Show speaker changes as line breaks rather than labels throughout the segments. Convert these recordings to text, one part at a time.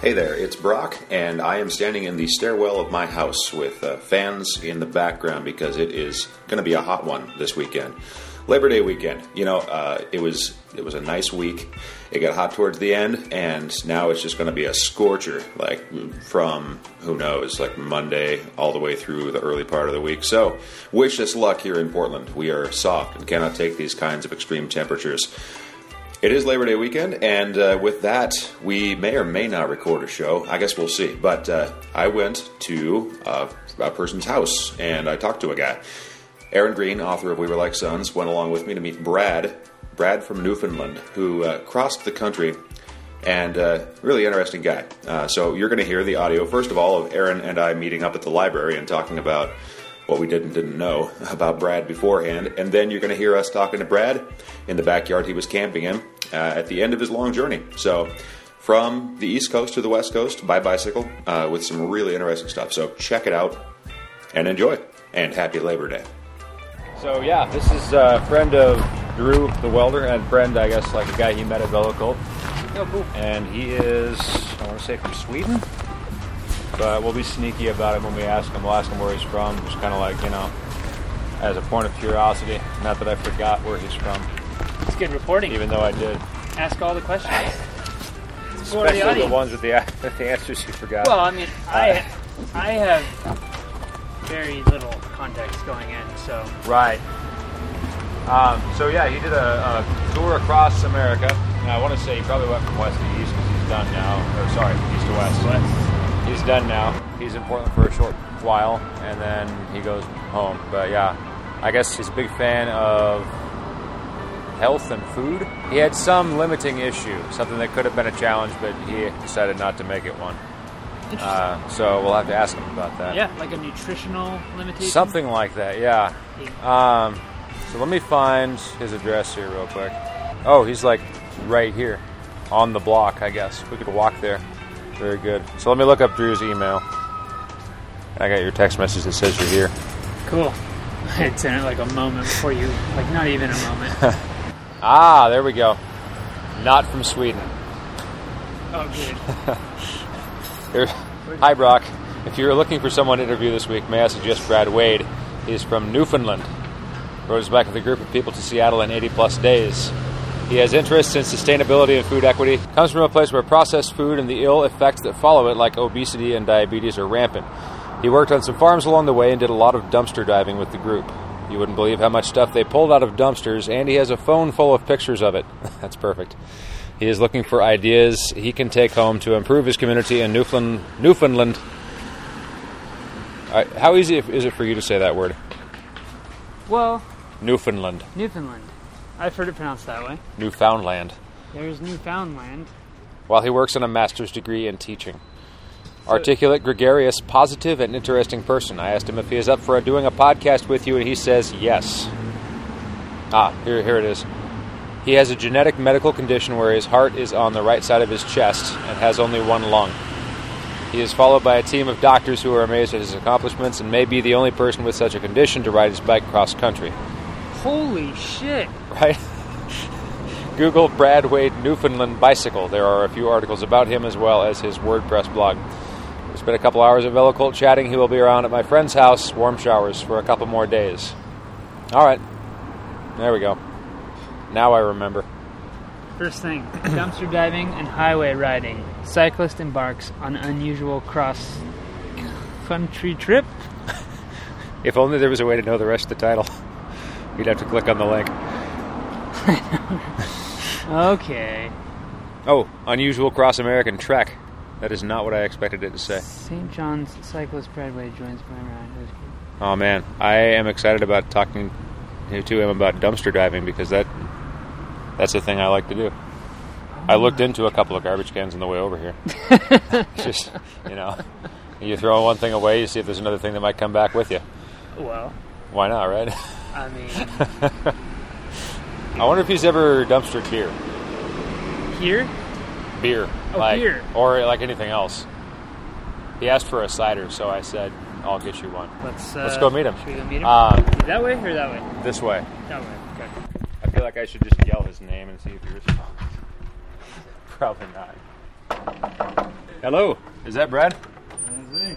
Hey there, it's Brock, and I am standing in the stairwell of my house with uh, fans in the background because it is going to be a hot one this weekend. Labor Day weekend. You know, uh, it was it was a nice week. It got hot towards the end, and now it's just going to be a scorcher, like from who knows, like Monday all the way through the early part of the week. So, wish us luck here in Portland. We are soft and cannot take these kinds of extreme temperatures. It is Labor Day weekend, and uh, with that, we may or may not record a show. I guess we'll see. But uh, I went to uh, a person's house and I talked to a guy. Aaron Green, author of We Were Like Sons, went along with me to meet Brad, Brad from Newfoundland, who uh, crossed the country and uh, really interesting guy. Uh, so you're going to hear the audio, first of all, of Aaron and I meeting up at the library and talking about what we didn't didn't know about Brad beforehand, and then you're going to hear us talking to Brad in the backyard he was camping in uh, at the end of his long journey. So, from the East Coast to the West Coast by bicycle, uh, with some really interesting stuff. So check it out and enjoy, and happy Labor Day.
So yeah, this is a friend of Drew the welder, and friend I guess like a guy he met at Bellicle.
Oh, cool.
And he is I want to say from Sweden but we'll be sneaky about it when we ask him. We'll ask him where he's from, just kind of like you know, as a point of curiosity. Not that I forgot where he's from.
It's good reporting,
even though I did
ask all the questions,
especially the, the, ones with the with the answers you forgot.
Well, I mean, I uh, I have very little context going in, so
right. Um, so yeah, he did a, a tour across America, and I want to say he probably went from west to east because he's done now, or sorry, east to west. west he's done now. He's in Portland for a short while, and then he goes home. But yeah, I guess he's a big fan of health and food. He had some limiting issue, something that could have been a challenge, but he decided not to make it one. Uh, so we'll have to ask him about that.
Yeah, like a nutritional limitation.
Uh, Something like that. Yeah. Um, so let me find his address here real quick. Oh, he's like right here on the block, I guess. We could walk there. Very good. So let me look up Drew's email. I got your text message that says you're here.
Cool. It's in it like a moment before you, like not even a moment.
ah, there we go. Not from Sweden.
Oh, good.
Hi, Brock. If you're looking for someone to interview this week, may I suggest Brad Wade? He's from Newfoundland. Rode his bike with a group of people to Seattle in 80 plus days. He has interests in sustainability and food equity. Comes from a place where processed food and the ill effects that follow it, like obesity and diabetes, are rampant. He worked on some farms along the way and did a lot of dumpster diving with the group. You wouldn't believe how much stuff they pulled out of dumpsters, and he has a phone full of pictures of it. That's perfect. He is looking for ideas he can take home to improve his community in Newfoundland. Newfoundland. Right, how easy is it for you to say that word?
Well,
Newfoundland.
Newfoundland. I've heard it pronounced that way.
Newfoundland.
There's Newfoundland.
While he works on a master's degree in teaching. So Articulate, gregarious, positive, and interesting person. I asked him if he is up for doing a podcast with you, and he says yes. Ah, here, here it is. He has a genetic medical condition where his heart is on the right side of his chest and has only one lung. He is followed by a team of doctors who are amazed at his accomplishments and may be the only person with such a condition to ride his bike cross country.
Holy shit.
Right? Google Brad Wade Newfoundland Bicycle. There are a few articles about him as well as his WordPress blog. We spent a couple hours at Vellicolt chatting. He will be around at my friend's house, warm showers, for a couple more days. All right. There we go. Now I remember.
First thing dumpster diving and highway riding. Cyclist embarks on unusual cross country trip.
if only there was a way to know the rest of the title. You'd have to click on the link.
okay.
Oh, unusual cross American trek. That is not what I expected it to say.
St. John's Cyclist Bradway joins Brian Ryan.
Oh man, I am excited about talking to him about dumpster diving because that that's the thing I like to do. Oh. I looked into a couple of garbage cans on the way over here. Just you know, you throw one thing away, you see if there's another thing that might come back with you.
Well,
why not, right?
I mean,
I wonder if he's ever dumpstered beer.
Here?
Beer.
Oh,
like,
beer.
Or like anything else. He asked for a cider, so I said, "I'll get you one."
Let's
uh, let's go meet him.
Should we go meet him? Uh, that way or that way?
This way.
That way. Okay.
I feel like I should just yell his name and see if he responds. Probably not. Hello. Is that Brad?
How's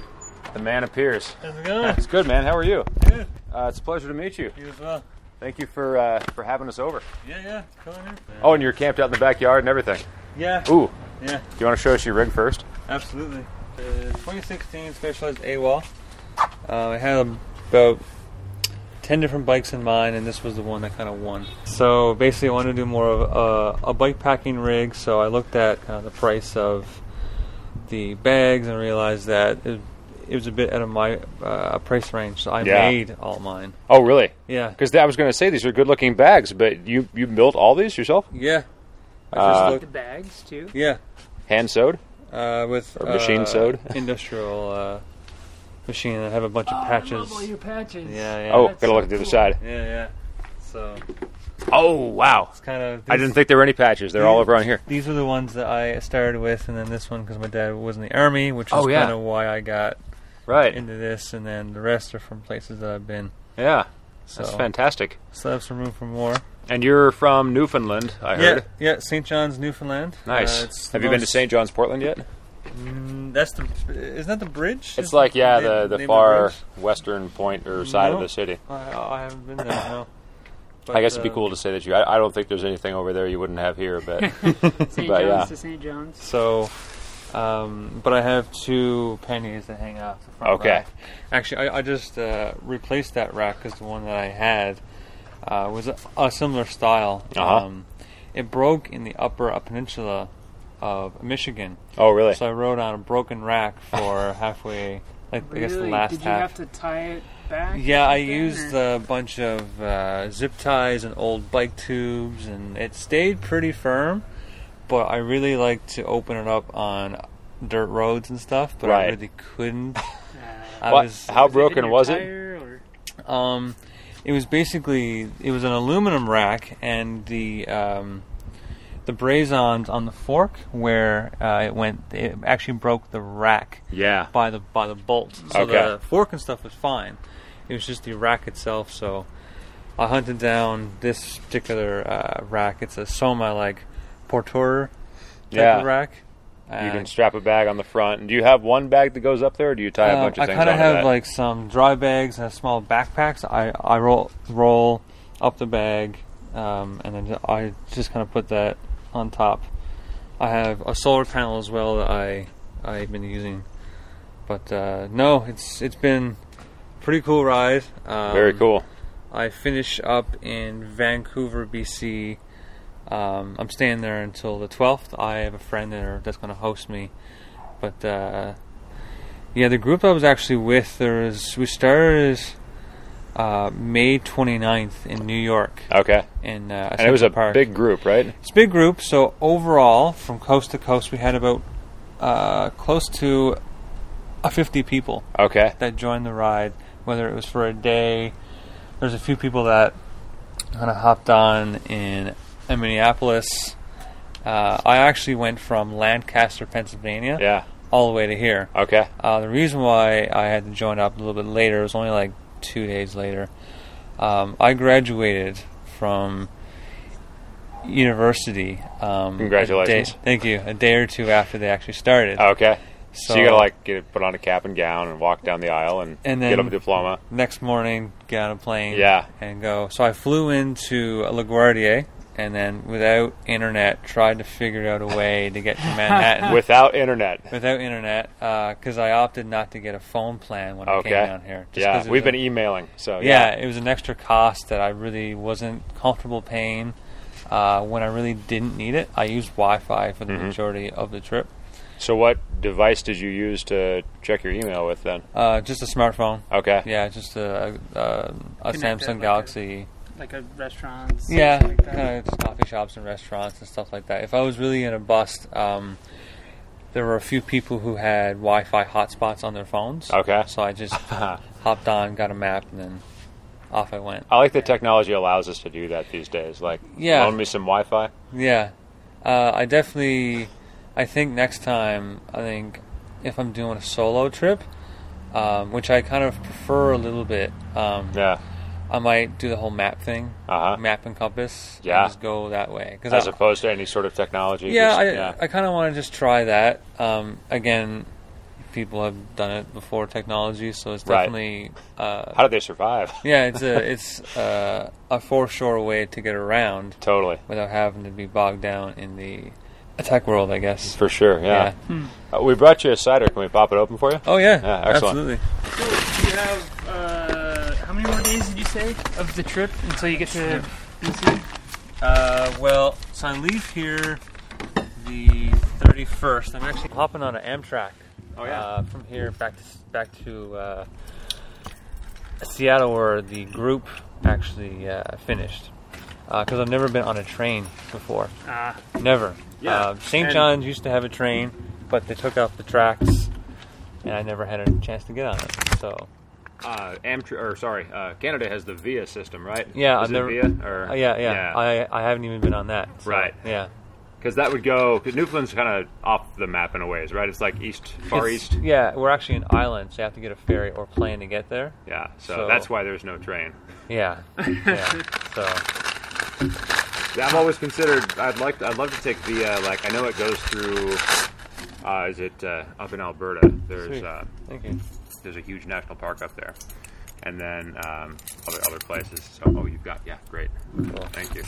The man appears.
it going?
It's good, man. How are you?
Good.
Uh, it's a pleasure to meet you.
You as well.
Thank you for uh, for having us over.
Yeah, yeah. Come on in.
Oh, and you're camped out in the backyard and everything.
Yeah.
Ooh,
Yeah,
do you want to show us your rig first?
absolutely. The 2016 Specialized AWOL. Uh, I had about 10 different bikes in mind, and this was the one that kind of won. So basically, I wanted to do more of a, a bike packing rig, so I looked at kind of the price of the bags and realized that it, it was a bit out of my uh, price range, so I
Yeah.
made all mine.
Oh, really?
Yeah.
Because I was going to say these are good-looking bags, but you you built all these yourself,
Yeah. I
Uh,
first
The
looked.
bags too.
Yeah.
hand sewed.
uh, with
Or machine
uh,
sewed?
industrial uh, machine. I have a bunch of patches.
Oh, All your patches.
Yeah, yeah.
Oh,
that's
gotta
so
look at the other
cool.
side.
Yeah, yeah. So
Oh, wow!
it's kind of.
I didn't think there were any patches. They're all over on here.
These were the ones that I started with, and then this one because my dad was in the army, which is
Oh, yeah.
kind of why I got
Right.
into this. And then the rest are from places that I've been.
Yeah.
So
That's fantastic.
Still have some room for more.
And you're from Newfoundland, I
Yeah,
heard.
yeah. St. John's, Newfoundland.
Nice.
Uh, it's the
Have you been to
most-
St. John's, Portland yet?
Mm, that's the. Isn't that the bridge?
It's
Is
like yeah,
name-
the,
name
the
of
far
bridge?
western point or side of
No.
the city.
I, I haven't been there. No.
I guess
But,
it'd be
uh,
cool to say that you. I, I don't think there's anything over there you wouldn't have here, but
St.
But,
John's
yeah.
to St. John's.
So, um, but I have two pennies that hang off the front.
Okay.
rack. Actually, I, I just uh, replaced that rack because the one that I had uh, was a, a similar style. Um,
Uh-huh.
it broke in the upper uh, peninsula of Michigan,
oh really?
so I rode on a broken rack for halfway, like I guess the
Really?
last
Did you
half.
have to tie it back? or
Yeah, I
something,
used
or- Uh,
a bunch of uh, zip ties and old bike tubes, and it stayed pretty firm. But I really like to open it up on dirt roads and stuff, but I
Right.
really couldn't.
Uh,
I
What-
was,
How
it in
broken
your
was it?
tire, or-
um, it was basically it was an aluminum rack, and the um, the brazons on the fork where uh, it went, it actually broke the rack
Yeah.
by the by the bolt. So
Okay.
the fork and stuff was fine. It was just the rack itself. So I hunted down this particular uh, rack. It's a Soma like porteur type
Yeah.
of rack.
You
And,
can strap a bag on the front. And do you have one bag that goes up there, or do you tie a
um,
bunch of
I
things?
kind of
onto
have
that?
like some dry bags and small backpacks. I I roll roll up the bag, um, and then ju- I just kind of put that on top. I have a solar panel as well that I I've been using, but uh, no, it's it's been a pretty cool ride. Um,
very cool.
I finish up in Vancouver, BC. Um, I'm staying there until the 12th. I have a friend there that's going to host me. But uh, yeah, the group I was actually with, there was, we started uh, May 29th in New York.
Okay,
In, uh,
and it was
Central
a
Park.
big group, right?
It's a big group, so overall, from coast to coast, we had about uh, close to uh, 50 people
Okay,
that joined the ride, whether it was for a day. There's a few people that kind of hopped on in, in Minneapolis. Uh, I actually went from Lancaster, Pennsylvania,
yeah,
all the way to here.
okay,
Uh, the reason why I had to join up a little bit later it was only like two days later. Um, I graduated from university. Um, a
Congratulations.
day- thank you. A day or two after they actually started.
okay. So, you
So-
gotta like get put on a cap and gown and walk down the aisle and,
And
get
then-
a diploma.
next morning get on a plane
Yeah.
and go so i flew into laguardia and then without internet tried to figure out a way to get to manhattan
Without internet,
without internet because i opted not to get a phone plan when i
Okay.
came down here just 'cause
yeah,
it
we've
was
been e- oh,
a-
emailing, so
yeah it was an extra cost that i really wasn't comfortable paying uh, when i really didn't need it i used wi-fi for the
Mm-hmm.
majority of the trip
So what device did you use to check your email with then?
uh, just a smartphone
Okay,
yeah just a, a, a
Connected, like
samsung
a-
galaxy
Like a restaurant.
Yeah,
something like
kind
that.
of just coffee shops and restaurants and stuff like that. If I was really in a bust, um, there were a few people who had Wi-Fi hotspots on their phones.
okay.
So I just hopped on, got a map, and then off I went.
I like that technology allows us to do that these days. Like,
Yeah.
loan me some Wi-Fi.
Yeah, uh, I definitely. I think next time, I think if I'm doing a solo trip, um, which I kind of prefer a little bit, um,
Yeah,
I might do the whole map thing,
Uh-huh.
map and compass. and
Yeah.
just go that way because
as opposed to any sort of technology.
yeah,
just-
I, I kind of want to just try that. Um, again, people have done it before technology, so it's
Right.
definitely uh,
How did they survive?
yeah, it's a it's uh, a foreshore way to get around
totally,
without having to be bogged down in the attack world, I guess.
for sure. Yeah,
Yeah.
Uh, we brought you a cider. Can we pop it open for you?
Oh yeah,
Yeah, excellent.
absolutely.
So you have uh, how many more days did you say of the trip until you get to BC?
Uh, well, so I leave here the 31st. I'm actually hopping on an Amtrak.
Oh, yeah.
Uh, from here back to back to uh, Seattle, where the group actually uh, finished. Because I've never been on a train before.
Ah,
Never.
Yeah,
Uh, St.
and-
John's used to have a train, but they took off the tracks, and I never had a chance to get on it. So
Uh, Amtrak, or sorry, uh, Canada has the VIA system, right?
yeah,
Is
I've
it
never.
VIA or
Uh, yeah, yeah, I I haven't even been on that. so,
Right.
Yeah.
because that would go because Newfoundland's kind of off the map in a ways, right? It's like east, far
It's-
east.
Yeah, we're actually an island, so you have to get a ferry or plane to get there.
Yeah, so,
So-
that's why there's no train.
Yeah, yeah. So
Yeah, I've always considered. I'd like. I'd love to take the. Uh, like I know it goes through. Uh, is it uh, up in Alberta? There's
Sweet.
uh,
thank you.
there's a huge national park up there, and then um, other other places. So oh, you've got yeah, great.
Cool.
Thank you.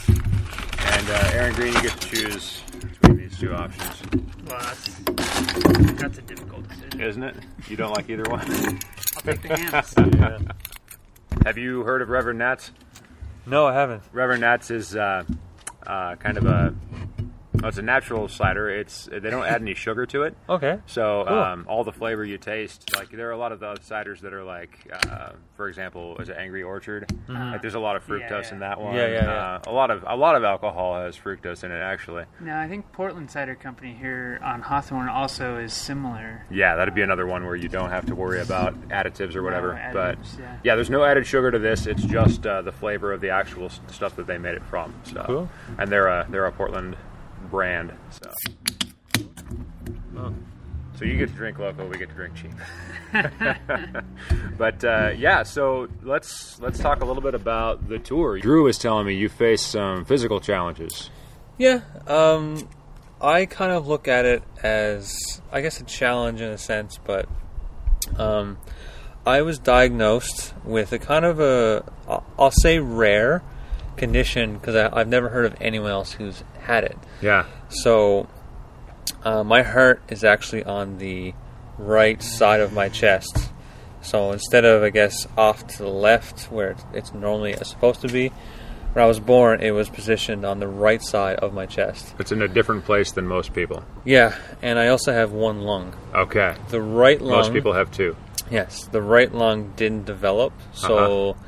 And uh, Aaron Green, you get to choose between these two options,
well, that's, that's a difficult decision.
isn't it? You don't like either one.
I'll take the hands.
Have you heard of Reverend Nats?
No, I haven't.
Reverend Nats is uh, uh, kind of a well, it's a natural cider. It's they don't add any sugar to it.
Okay.
So
Cool.
um, all the flavor you taste, like there are a lot of the other ciders that are like, uh, for example, is it Angry Orchard? Like there's a lot of fructose
Yeah, yeah.
in that one.
Mm-hmm. Yeah, yeah, yeah.
Uh, a lot of a lot of alcohol has fructose in it, actually.
Now I think Portland Cider Company here on Hawthorne also is similar.
Yeah, that'd be another one where you don't have to worry about additives or whatever.
additives,
but
yeah.
there's no added sugar to this. It's just uh, the flavor of the actual s- stuff that they made it from. So,
Cool.
and they're a they're a Portland brand. So,
Oh.
so you get to drink local, we get to drink cheap. but uh, yeah, so let's let's talk a little bit about the tour. Drew was telling me you faced some physical challenges.
Yeah. Um, I kind of look at it as I guess a challenge in a sense, but um, I was diagnosed with a kind of a I'll- I'll say rare condition because I've never heard of anyone else who's had it.
Yeah,
So, uh, my heart is actually on the right side of my chest. So instead of, I guess, off to the left where it's- it's normally supposed to be, when I was born, it was positioned on the right side of my chest.
it's in a different place than most people.
Yeah, and I also have one lung.
Okay,
The right lung.
most people have two.
Yes, the right lung didn't develop, so
Uh-huh.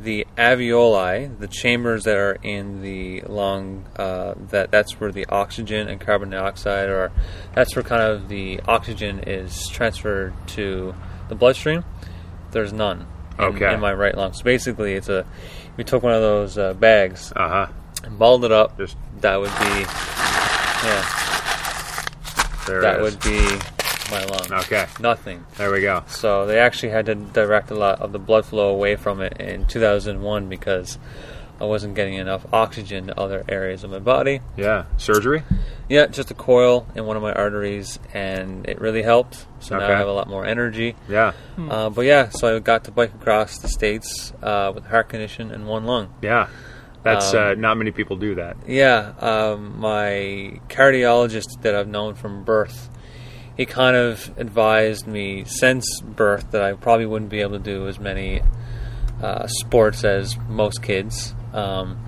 the alveoli, the chambers that are in the lung, uh, that that's where the oxygen and carbon dioxide are. That's where kind of the oxygen is transferred to the bloodstream. There's none. In,
Okay.
In my right lung, so basically, it's a. We took one of those uh, bags
Uh huh.
and balled it up.
Just-
that would be. Yeah,
There
that
it is.
would be my lung.
Okay.
Nothing.
There we go.
So they actually had to direct a lot of the blood flow away from it in 2001 because I wasn't getting enough oxygen to other areas of my body.
Yeah. Surgery?
Yeah, just a coil in one of my arteries, and it really helped. So now
Okay.
I have a lot more energy.
Yeah.
Uh, but yeah, so I got to bike across the states uh, with heart condition and one lung.
Yeah. That's
Um,
uh, not many people do that.
Yeah, um, my cardiologist that I've known from birth, he kind of advised me since birth that I probably wouldn't be able to do as many uh, sports as most kids. Um,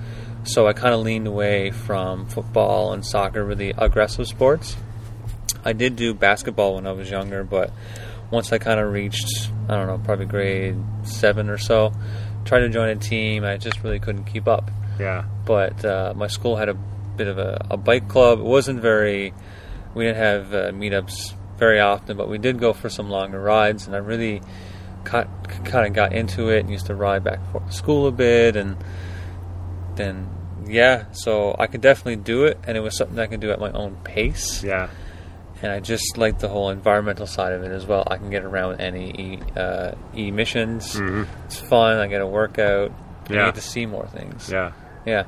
so I kind of leaned away from football and soccer, really aggressive sports. I did do basketball when I was younger, but once I kind of reached, I don't know, probably grade seven or so, tried to join a team, I just really couldn't keep up
Yeah.
but uh, my school had a bit of a, a bike club. It wasn't very, we didn't have uh, meetups very often, but we did go for some longer rides, and I really got, kind of got into it and used to ride back and forth to school a bit, and then yeah, so I could definitely do it, and it was something I could do at my own pace,
Yeah.
and I just like the whole environmental side of it as well. I can get around with any e- uh, emissions. It's fun. I get a workout. You
Mm-hmm. Yeah.
get to see more things.
Yeah.
Yeah.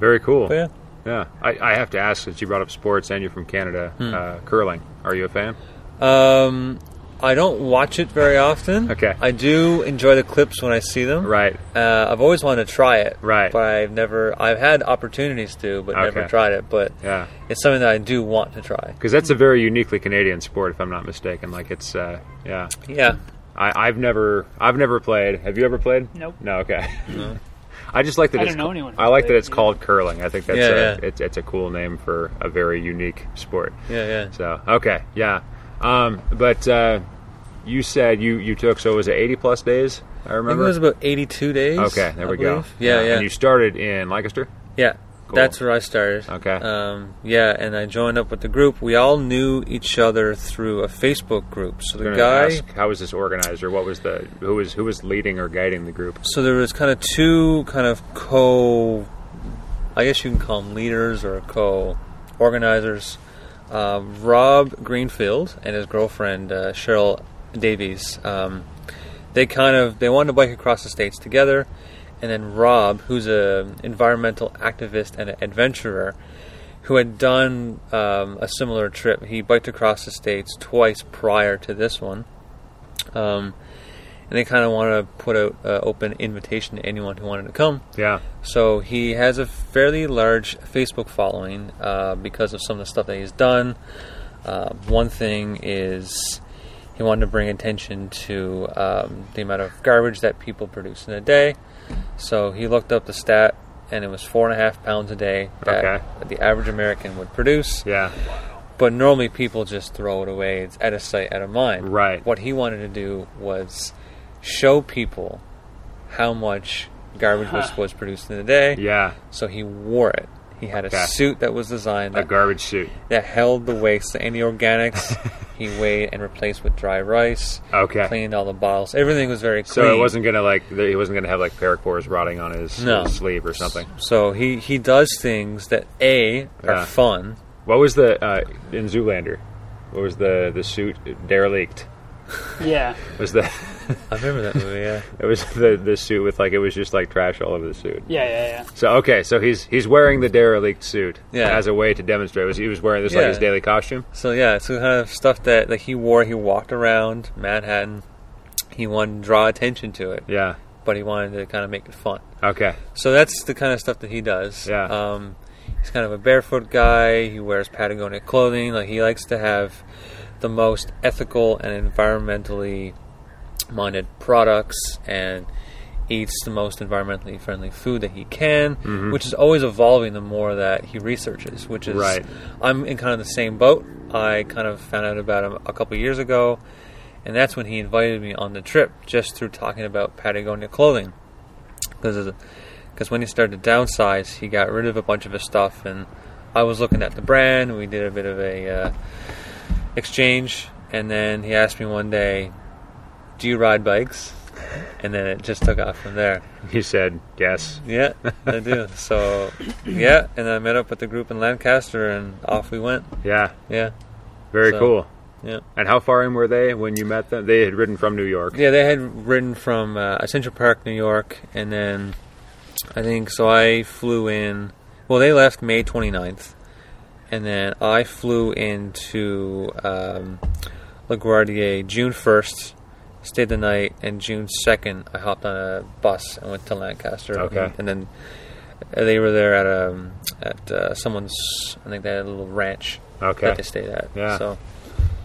Very cool.
But Oh, yeah.
Yeah. I, I have to ask since you brought up sports and you're from Canada,
Hmm.
uh, curling. Are you a fan?
Um, I don't watch it very often.
Okay.
I do enjoy the clips when I see them.
Right.
Uh, I've always wanted to try it.
Right.
But I've never. I've had opportunities to, but never
Okay.
tried it. But
Yeah.
it's something that I do want to try.
Because that's a very uniquely Canadian sport, if I'm not mistaken. Like it's, uh, yeah.
Yeah.
I, I've never, I've never played. Have you ever played?
Nope.
No. Okay. I just like that.
I
it's
don't know
ca-
anyone who
I like that
played
it's
it.
called curling. I think that's
Yeah,
a,
yeah.
It's, it's a cool name for a very unique sport.
Yeah. Yeah.
So okay, yeah. Um, but uh, you said you you took so was it 80 plus days? I
I think
remember.
it was about 82 days.
okay, there
I
we go.
believe. Yeah, yeah,
And you started in Lancaster.
yeah.
Cool.
That's where I started.
Okay.
Um, yeah, and I joined up with the group. We all knew each other through a Facebook group. So the
Gonna
guy,
ask, how was this organized, or what was the who was who was leading or guiding the group?
so there was kind of two kind of co i guess you can call them leaders or co organizers um, rob greenfield and his girlfriend uh, cheryl davies um, they kind of they wanted to bike across the states together and then rob who's an environmental activist and an adventurer who had done um, a similar trip he biked across the states twice prior to this one um, and they kind of want to put out an open invitation to anyone who wanted to come.
Yeah.
So he has a fairly large Facebook following uh, because of some of the stuff that he's done. Uh, one thing is he wanted to bring attention to um, the amount of garbage that people produce in a day. So he looked up the stat, and it was four and a half pounds a day that
Okay.
the average American would produce.
Yeah.
But normally people just throw it away. It's out of sight, out of mind.
Right.
What he wanted to do was show people how much garbage was, was produced in a day.
Yeah.
So he wore it. He had a
Okay.
suit that was designed
A
that,
garbage suit.
that held the waste and the organics. he weighed and replaced with dry rice.
Okay.
Cleaned all the bottles. Everything was very clean.
So it wasn't gonna like th- he wasn't gonna have like paracord rotting on his,
No.
his sleeve or something.
So he, he does things that a are
Yeah.
fun.
What was the uh, in Zoolander? What was the the suit derelict?
Yeah.
Was the
I remember that movie. Yeah.
it was the the suit with like it was just like trash all over the suit.
Yeah, yeah, yeah.
So okay, so he's he's wearing the derelict suit
Yeah.
as a way to demonstrate. Was he was wearing this like
Yeah.
his daily costume?
So yeah, it's the kind of stuff that like he wore. He walked around Manhattan. He wanted to draw attention to it,
Yeah.
but he wanted to kind of make it fun.
Okay.
So that's the kind of stuff that he does.
Yeah.
Um, he's kind of a barefoot guy. He wears Patagonia clothing. Like he likes to have the most ethical and environmentally minded products and eats the most environmentally friendly food that he can, which is always evolving the more that he researches, which is
Right.
I'm in kind of the same boat. I kind of found out about him a couple years ago, and that's when he invited me on the trip just through talking about Patagonia clothing. Because when he started to downsize, he got rid of a bunch of his stuff, and I was looking at the brand. We did a bit of a uh, exchange, and then he asked me one day, "Do you ride bikes?" And then it just took off from there.
He said yes.
Yeah, I do. So, yeah, and I met up with the group in Lancaster, and off we went.
Yeah.
Yeah,
Very
So-
cool.
yeah,
And how far in were they when you met them? They had ridden from New York.
yeah. They had ridden from uh, Central Park, New York, and then I think so. I flew in. Well, they left May 29th, and then I flew into um, LaGuardia June 1st. Stayed the night, and June 2nd, I hopped on a bus and went to Lancaster.
Okay.
And, and then they were there at a at uh, someone's. I think they had a little ranch
Okay.
that they stayed at.
Yeah.
So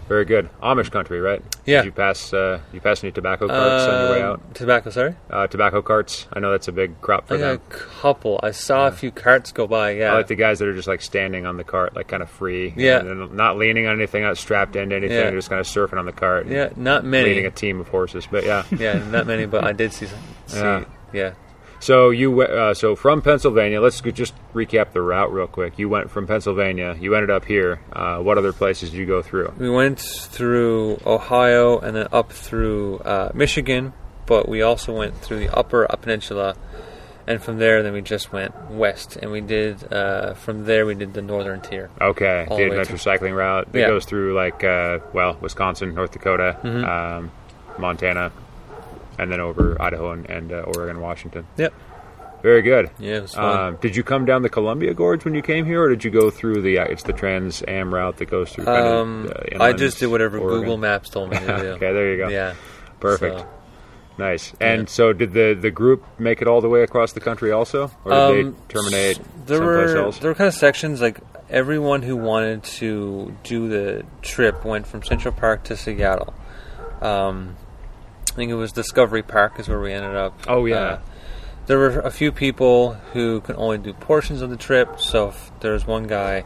Very good. Amish country, right?
Yeah.
Did you pass uh, you pass any tobacco carts on your way
Uh,
out?
Tobacco, sorry.
Uh, tobacco carts. I know that's a big crop for
I got a
them.
couple. I saw a few carts go by. Yeah.
I like the guys that are just like standing on the cart, like kind of free.
Yeah.
And then not leaning on anything, not strapped into anything.
Yeah.
They're just kind of surfing on the cart. and
yeah, not many.
Leading a team of horses, but yeah.
yeah, not many, but I did see. some- see
Yeah.
yeah.
so you we- uh, so from Pennsylvania. Let's go- just recap the route real quick. You went from Pennsylvania. You ended up here. Uh, what other places did you go through?
We went through Ohio and then up through uh, Michigan, but we also went through the Upper Upper Peninsula, and from there, then we just went west, and we did uh, from there we did the northern tier.
Okay,
All
the
the way
adventure
to-
cycling route that
Yeah. Mm-hmm.
goes through like uh, well, Wisconsin, North Dakota, um, Montana, and then over Idaho and, and uh, Oregon, Washington.
Yep.
Very good.
Yeah, it was fun.
Um, did you come down the Columbia Gorge when you came here, or did you go through the? uh, It's the Trans Am route that goes through. Kind
um,
of, uh,
I
inland
just did whatever
Oregon?
Google Maps told me to do.
okay, there you go.
Yeah.
perfect.
so-
Nice. And so, did the the group make it all the way across the country also, or did
Um,
they terminate
There
someplace
were
else?
there were kind of sections like everyone who wanted to do the trip went from Central Park to Seattle. Um, I think it was Discovery Park is where we ended up. Uh,
Oh, yeah.
there were a few people who could only do portions of the trip. So if there was one guy,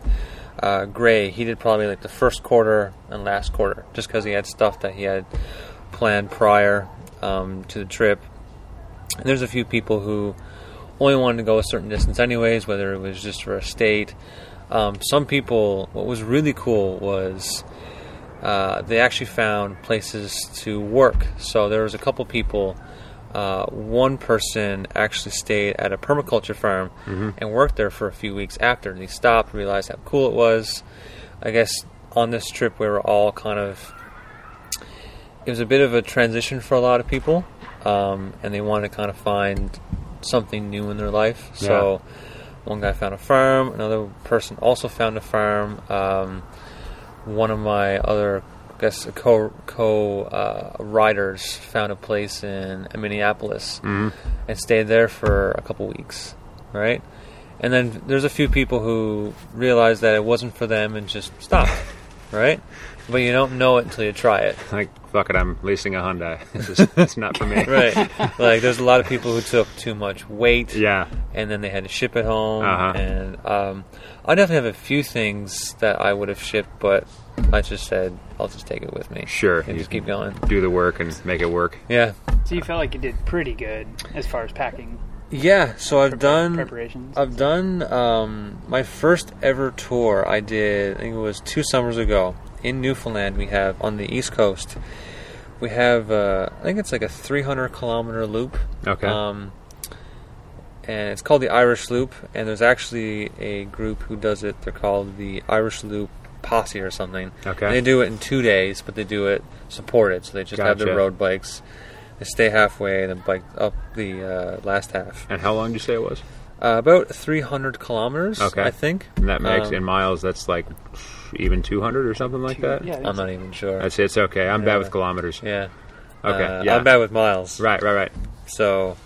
uh, Gray. He did probably like the first quarter and last quarter, just because he had stuff that he had planned prior um, to the trip. And there's a few people who only wanted to go a certain distance, anyways, whether it was just for a state. Um, some people, what was really cool was uh, they actually found places to work. So there was a couple people. Uh, one person actually stayed at a permaculture farm and worked there for a few weeks after. And he stopped, realized how cool it was. I guess on this trip we were all kind of it was a bit of a transition for a lot of people, um, and they want to kind of find something new in their life. So, one guy found a farm, another person also found a farm. Um, one of my other, I guess, co co uh, riders found a place in Minneapolis and stayed there for a couple weeks, right? And then there's a few people who realized that it wasn't for them and just stopped, right? But you don't know it until you try it.
like, fuck it, I'm leasing a Hyundai. This is, it's not for me.
right. Like there's a lot of people who took too much weight,
Yeah.
and then they had to ship it home.
Uh-huh.
And um, I definitely have a few things that I would have shipped, but I just said I'll just take it with me.
Sure,
and
you
just
can-
keep going.
Do the work and make it work.
Yeah,
So you felt like you did pretty good as far as packing
yeah. So I've done.
preparations.
I've done um, my first ever tour. I did. I think it was two summers ago in Newfoundland. We have on the East Coast. We have. Uh, I think it's like a 300 kilometer loop.
Okay.
Um, and it's called the Irish Loop. And there's actually a group who does it. They're called the Irish Loop Posse or something.
Okay.
And they do it in two days, but they do it supported. So they just have their
Gotcha.
road bikes. They stay halfway and then bike up the uh, last half.
And how long did you say it was?
Uh, about 300 kilometers,
Okay.
I think.
And that makes
Um,
in miles. That's like even 200 or something like that.
Yeah, I think
I'm
so.
not even sure.
That's it's okay. I'm
Yeah.
bad with kilometers.
yeah.
Okay.
Uh,
yeah.
I'm bad with miles.
Right. Right. Right.
So,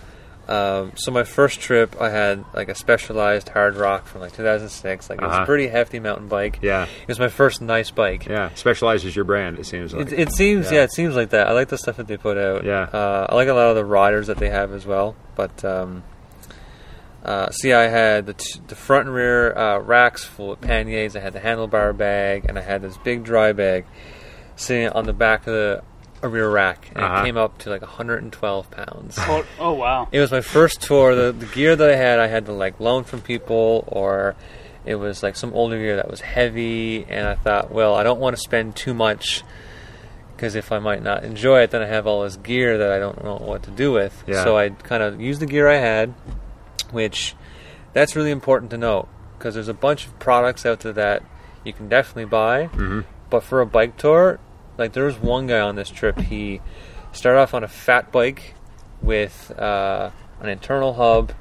um, so my first trip, I had like a specialized hard rock from like 2006. Like it was
Uh-huh.
a pretty hefty mountain bike.
Yeah.
It was my first nice bike.
Yeah. Specializes your brand. It seems like.
It, it seems,
Yeah.
yeah. it seems like that. I like the stuff that they put out.
Yeah.
uh, I like a lot of the riders that they have as well. But um, uh, see, I had the, t- the front and rear uh, racks full of panniers. I had the handlebar bag, and I had this big dry bag sitting on the back of the a rear rack, and
Uh-huh.
it came up to like 112 pounds.
Oh, oh, wow.
It was my first tour. The, the gear that I had, I had to like loan from people, or it was like some older gear that was heavy. And I thought, well, I don't want to spend too much because if I might not enjoy it, then I have all this gear that I don't know what to do with.
Yeah.
So I kind of used the gear I had, which that's really important to know because there's a bunch of products out there that you can definitely buy.
Mm-hmm.
But for a bike tour, like there was one guy on this trip, he started off on a fat bike with uh, an internal hub,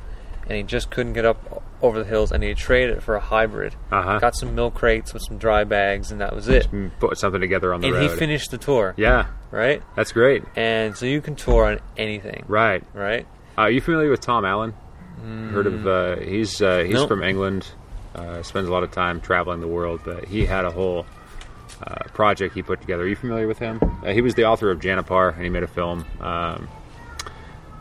and he just couldn't get up over the hills, and he traded it for a hybrid.
Uh-huh.
Got some milk crates with some dry bags, and that was it.
Mm, Put something together on the
And
road.
he finished the tour,
yeah.
right?
That's great.
And so you can tour on anything,
Right.
right?
Uh, are you familiar with Tom Allen? Heard of? Uh, he's uh, he's
Nope.
from England. Uh, spends a lot of time traveling the world, but he had a whole uh, project he put together. Are you familiar with him? Uh, he was the author of Janipar, and he made a film, um,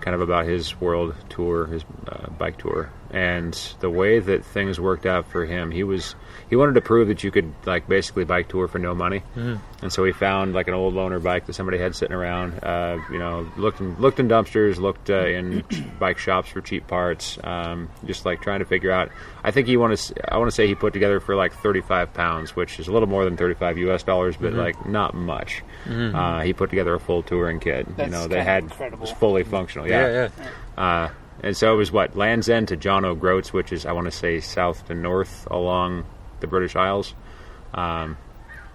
kind of about his world tour, his uh, bike tour, and the way that things worked out for him. He was he wanted to prove that you could like basically bike tour for no money, and so he found like an old loaner bike that somebody had sitting around. Uh, you know, looked in, looked in dumpsters, looked uh, in bike shops for cheap parts, um, just like trying to figure out. I think he want to. I want to say he put together for like 35 pounds, which is a little more than 35 U.S. dollars, but like not much. Uh, he put together a full touring kit.
That's
you know, they
kind of
had
incredible.
it was fully functional.
Yeah,
Yeah,
yeah.
Uh, and so it was what Land's End to John O'Groats, which is I want to say south to north along the British Isles. Um,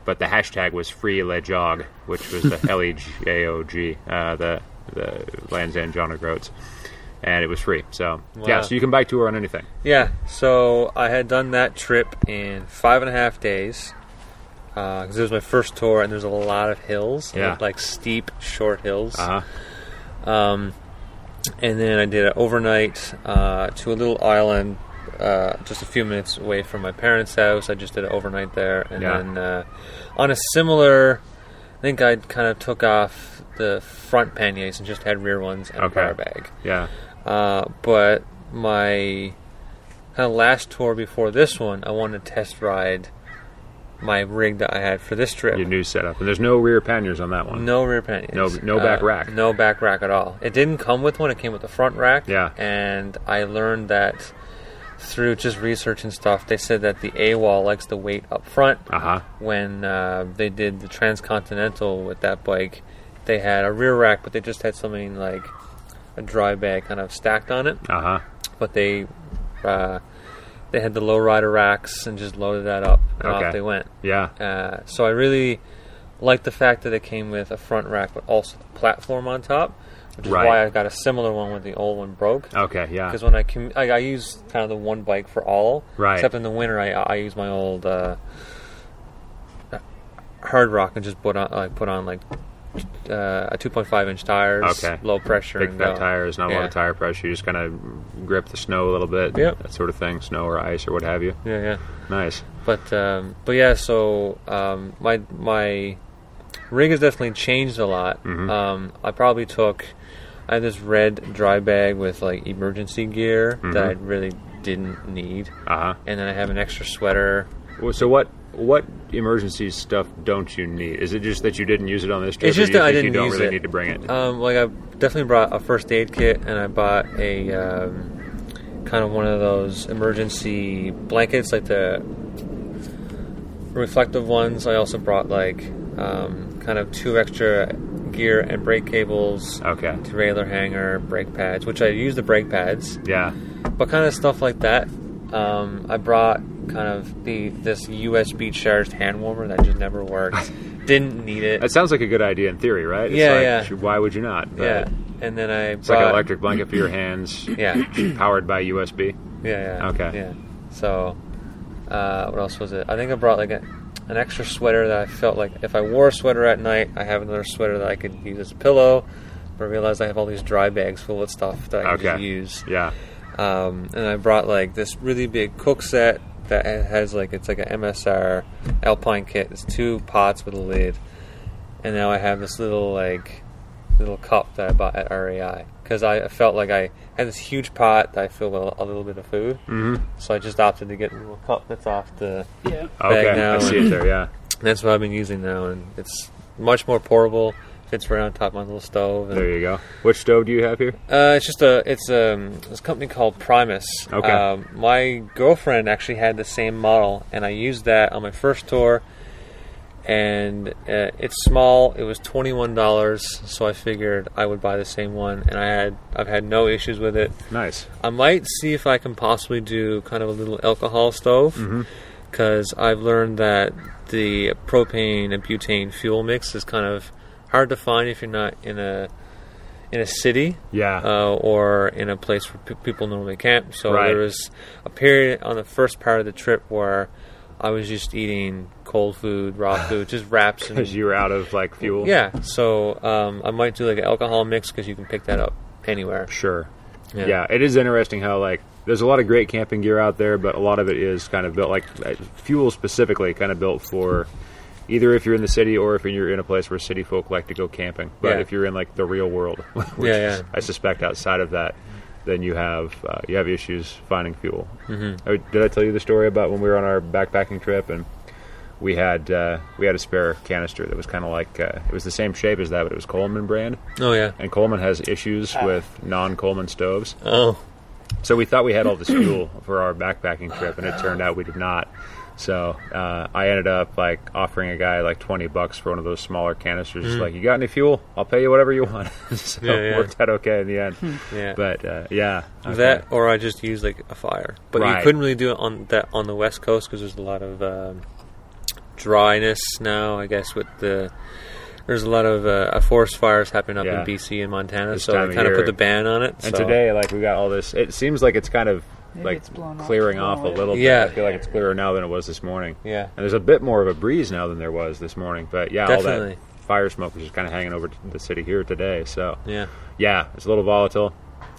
but the hashtag was Free Le Jog, which was the L E J O G, uh, the the Land's End John O'Groats. and it was free. So yeah,
Wow.
so you can bike tour on anything.
Yeah, so I had done that trip in five and a half days because it was my first tour, and there's a lot of hills,
Yeah.
like steep, short hills.
Uh huh.
Um, and then I did an overnight uh, to a little island uh, just a few minutes away from my parents' house. I just did an overnight there. And
Yeah.
then uh, on a similar, I think I kind of took off the front panniers and just had rear ones and
Okay.
a power bag.
Yeah.
Uh, but my kind of last tour before this one, I wanted to test ride my rig that I had for this trip.
Your new setup. And there's no rear panniers on that one.
No rear panniers.
No- no back rack.
No back rack at all. It didn't come with one. It came with a front rack.
Yeah.
And I learned that through just research and stuff. They said that the AWOL likes the weight up front.
Uh huh.
When uh, they did the Transcontinental with that bike, they had a rear rack, but they just had something like a dry bag kind of stacked on it.
Uh huh.
But they uh, they had the low rider racks and just loaded that up and
Okay.
off they went.
Yeah.
Uh, so I really like the fact that it came with a front rack, but also the platform on top, which is
Right. Uh,
why I got a similar one when the old one broke.
Okay. Yeah.
Because when I, commu- I I use kind of the one bike for all,
Right.
Except in the winter, I I use my old uh, hard rock and just put on like put on like uh, a 2.5 inch tires,
Okay.
low pressure,
Big
and
fat
go.
tires, not a lot
Yeah.
of tire pressure. You just kind of grip the snow a little bit,
Yep.
that sort of thing, snow or ice or what have you.
Yeah, yeah.
Nice.
But um, but yeah, so um, my my rig has definitely changed a lot. Um, I probably took I had this red dry bag with like emergency gear that I really didn't need,
Uh huh.
and then I have an extra sweater.
Well, So what what emergency stuff don't you need? Is it just that you didn't use it on this trip?
It's
or
just
do you
that I
think
didn't
you don't
use
really
it.
need to bring it.
Um, like I definitely brought a first aid kit, and I bought a um, kind of one of those emergency blankets, like the reflective ones. I also brought like um, kind of two extra gear and brake cables,
okay.
derailleur hanger, brake pads, which I use the brake pads,
Yeah.
but kind of stuff like that. Um, I brought kind of the this USB charged hand warmer that just never worked. Didn't need it.
That sounds like a good idea in theory, right? It's
Yeah,
like,
yeah.
sh- Why would you not? But
yeah, and then I
It's like
brought,
an electric blanket for your hands,
Yeah.
powered by USB.
Yeah, yeah.
Okay.
Yeah. So, uh, what else was it? I think I brought like a, an extra sweater that I felt like if I wore a sweater at night, I have another sweater that I could use as a pillow. But I realized I have all these dry bags full of stuff that I could
Okay.
just use.
Yeah.
Um, and I brought like this really big cook set that has like it's like an MSR Alpine kit. It's two pots with a lid, and now I have this little like little cup that I bought at REI because I felt like I had this huge pot that I filled with a little bit of food. Mm-hmm. So I just opted to get a little cup that's off the.
Yeah.
Okay.
now
I see it
and-
there. Yeah.
That's what I've been using now, and it's much more portable. Fits right on top of my little stove. And,
There you go. Which stove do you have here?
uh, it's just a it's um this company called Primus.
Okay.
Um, my girlfriend actually had the same model, and I used that on my first tour. And uh, it's small. It was twenty one dollars, so I figured I would buy the same one, and I had I've had no issues with it.
Nice.
I might see if I can possibly do kind of a little alcohol stove because I've learned that the propane and butane fuel mix is kind of hard to find if you're not in a in a city
Yeah.
uh, or in a place where pe- people normally camp. So
Right.
there was a period on the first part of the trip where I was just eating cold food, raw food, just wraps and
Because you were out of like fuel.
yeah. So um, I might do like an alcohol mix because you can pick that up anywhere.
Sure. Yeah. it is interesting how like there's a lot of great camping gear out there, but a lot of it is kind of built like uh, fuel specifically, kind of built for either if you're in the city or if you're in a place where city folk like to go camping. But
Yeah.
if you're in like the real world, which
Yeah, yeah.
Is, I suspect outside of that, then you have uh, you have issues finding fuel. Mm-hmm. Did I tell you the story about when we were on our backpacking trip and? We had uh, we had a spare canister that was kind of like uh, it was the same shape as that, but it was Coleman brand,
Oh yeah.
and Coleman has issues with non-Coleman stoves.
Oh.
So we thought we had all this fuel for our backpacking trip, and it turned out we did not. So uh, I ended up like offering a guy like twenty bucks for one of those smaller canisters. Just Like, you got any fuel? I'll pay you whatever you want. so
Mm. Yeah,
it
yeah.
worked out okay in the end.
Yeah.
But uh, yeah, okay.
That or I just use like a fire, but
Right.
you couldn't really do it on that on the West Coast because there's a lot of um, dryness now. I guess with the There's a lot of uh, forest fires happening up
Yeah.
in BC and Montana,
This
so
time
they
of
kind of
year.
put the ban on it.
And
so-
today, like we got all this. It seems like it's kind of
Maybe it's blown
like
off
clearing
a
off a
little bit.
little bit.
Yeah.
I feel like it's clearer now than it was this morning.
Yeah.
And there's a bit more of a breeze now than there was this morning. But yeah, all
Definitely.
that fire smoke is just kind of hanging over t- the city here today. So
Yeah.
yeah, it's a little volatile.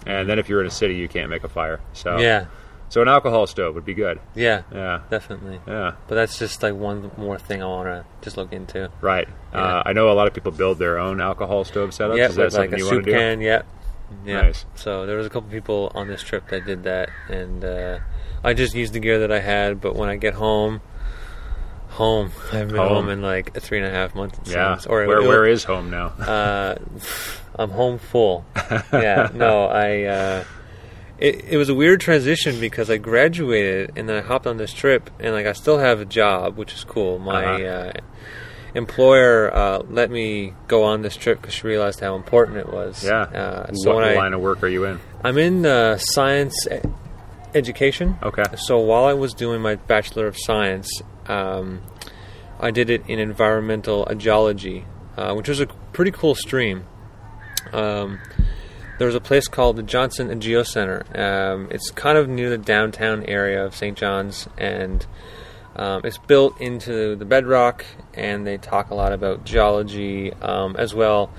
And then if you're in a city, you can't make a fire. So
Yeah.
So an alcohol stove would be good.
Yeah.
Oh. Yeah.
Definitely.
Yeah.
But that's just like one more thing I want to just look into.
Right.
Yeah.
Uh, I know a lot of people build their own alcohol stove setups.
yeah,
is that
with like
something
a
you
soup
want to do?
can. Yep. Yeah.
Nice.
So there was a couple people on this trip that did that, and uh, I just used the gear that I had. But when I get home, home, I haven't been home,
Home.
in like three and a half months. it
Yeah.
seems.
Or where,
it'll-
where is home now?
uh, I'm home full. Yeah, no, I. Uh, it, it was a weird transition because I graduated and then I hopped on this trip and like I still have a job, which is cool. My
Uh-huh.
uh employer uh, let me go on this trip because she realized how important it was.
yeah.
Uh, so
what
when
line
I
of work are you in?
I'm in uh, science e- education.
Okay.
So while I was doing my Bachelor of Science, um, I did it in environmental geology, uh, which was a pretty cool stream. Um, there was a place called the Johnson Geo Center. Um, it's kind of near the downtown area of St. John's, and um, it's built into the bedrock. And they talk a lot about geology um, as well.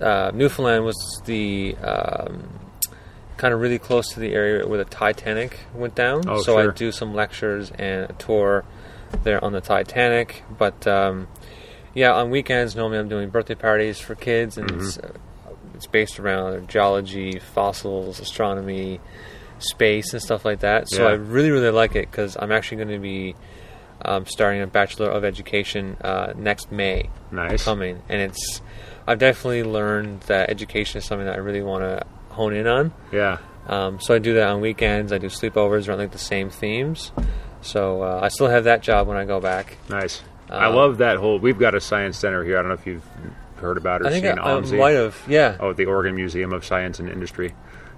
Uh, Newfoundland was the um, kind of really close to the area where the Titanic went down.
Oh,
so
sure.
I do some lectures and a tour there on the Titanic. But um, yeah, on weekends normally I'm doing birthday parties for kids, and
Mm-hmm.
it's, uh, it's based around geology, fossils, astronomy, space, and stuff like that. So
Yeah.
I really really like it because I'm actually going to be um, starting a Bachelor of Education uh, next May
Nice.
coming, and it's I've definitely learned that education is something that I really want to hone in on.
Yeah.
Um, so I do that on weekends. I do sleepovers around like the same themes. So uh, I still have that job when I go back.
Nice. I
Um,
love that whole. We've got a science center here. I don't know if you've heard about or
I think I,
seen
I
OMSI.
might have, yeah.
Oh, the Oregon Museum of Science and Industry,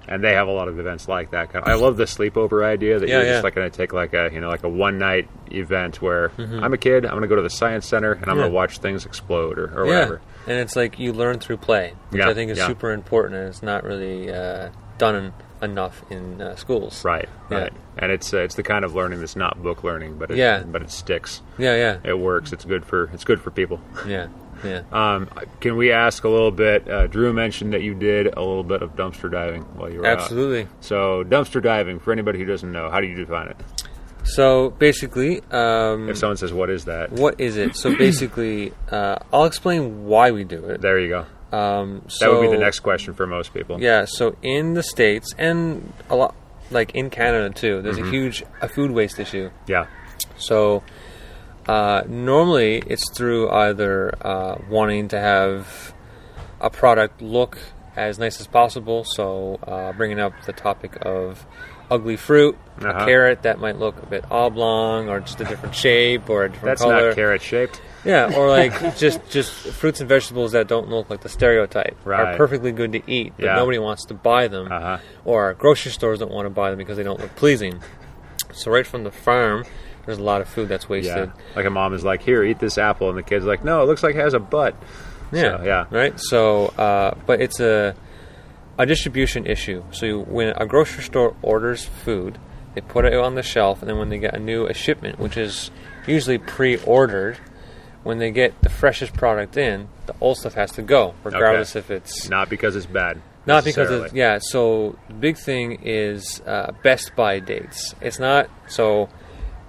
and they have a lot of events like that. I love the sleepover idea that
Yeah,
you're just
yeah.
like going to take like a you know like a one night event where I'm a kid. I'm going to go to the science center and I'm
Mm-hmm. Yeah.
going to watch things explode or, or
yeah.
whatever.
And it's like you learn through play, which
Yeah,
I think is
yeah.
super important, and it's not really uh, done en- enough in uh, schools.
Right.
Yeah.
Right. And it's uh, it's the kind of learning that's not book learning, but it,
Yeah.
but it sticks.
Yeah, yeah,
It works. It's good for it's good for people.
yeah, yeah.
Um, can we ask a little bit? Uh, Drew mentioned that you did a little bit of dumpster diving while you were out.
Absolutely.
So dumpster diving for anybody who doesn't know, how do you define it?
So basically, um,
If someone says, "What is that?"
what is it? So basically, uh, I'll explain why we do it.
There you go.
Um, so
That would be the next question for most people.
Yeah, so in the states and a lot like in Canada too, there's
Mm-hmm.
a huge a food waste issue.
Yeah.
So uh, normally it's through either uh, wanting to have a product look as nice as possible. So uh, bringing up the topic of ugly fruit,
Uh-huh.
a carrot that might look a bit oblong or just a different shape or a different
That's
color.
not carrot shaped.
Yeah, or like just just fruits and vegetables that don't look like the stereotype
Right.
are perfectly good to eat, but
Yeah.
nobody wants to buy them,
Uh-huh.
or grocery stores don't want to buy them because they don't look pleasing. So right from the farm, there's a lot of food that's wasted.
Yeah. Like a mom is like, "Here, eat this apple," and the kid's like, "No, it looks like it has a butt."
Yeah,
So, yeah.
right. So, uh, but it's a a distribution issue. So you, when a grocery store orders food, they put it on the shelf, and then when they get a new a shipment, which is usually pre-ordered, when they get the freshest product in, the old stuff has to go, regardless if it's
Not because it's bad.
not because of
necessarily.
yeah. So the big thing is uh, best by dates. It's not so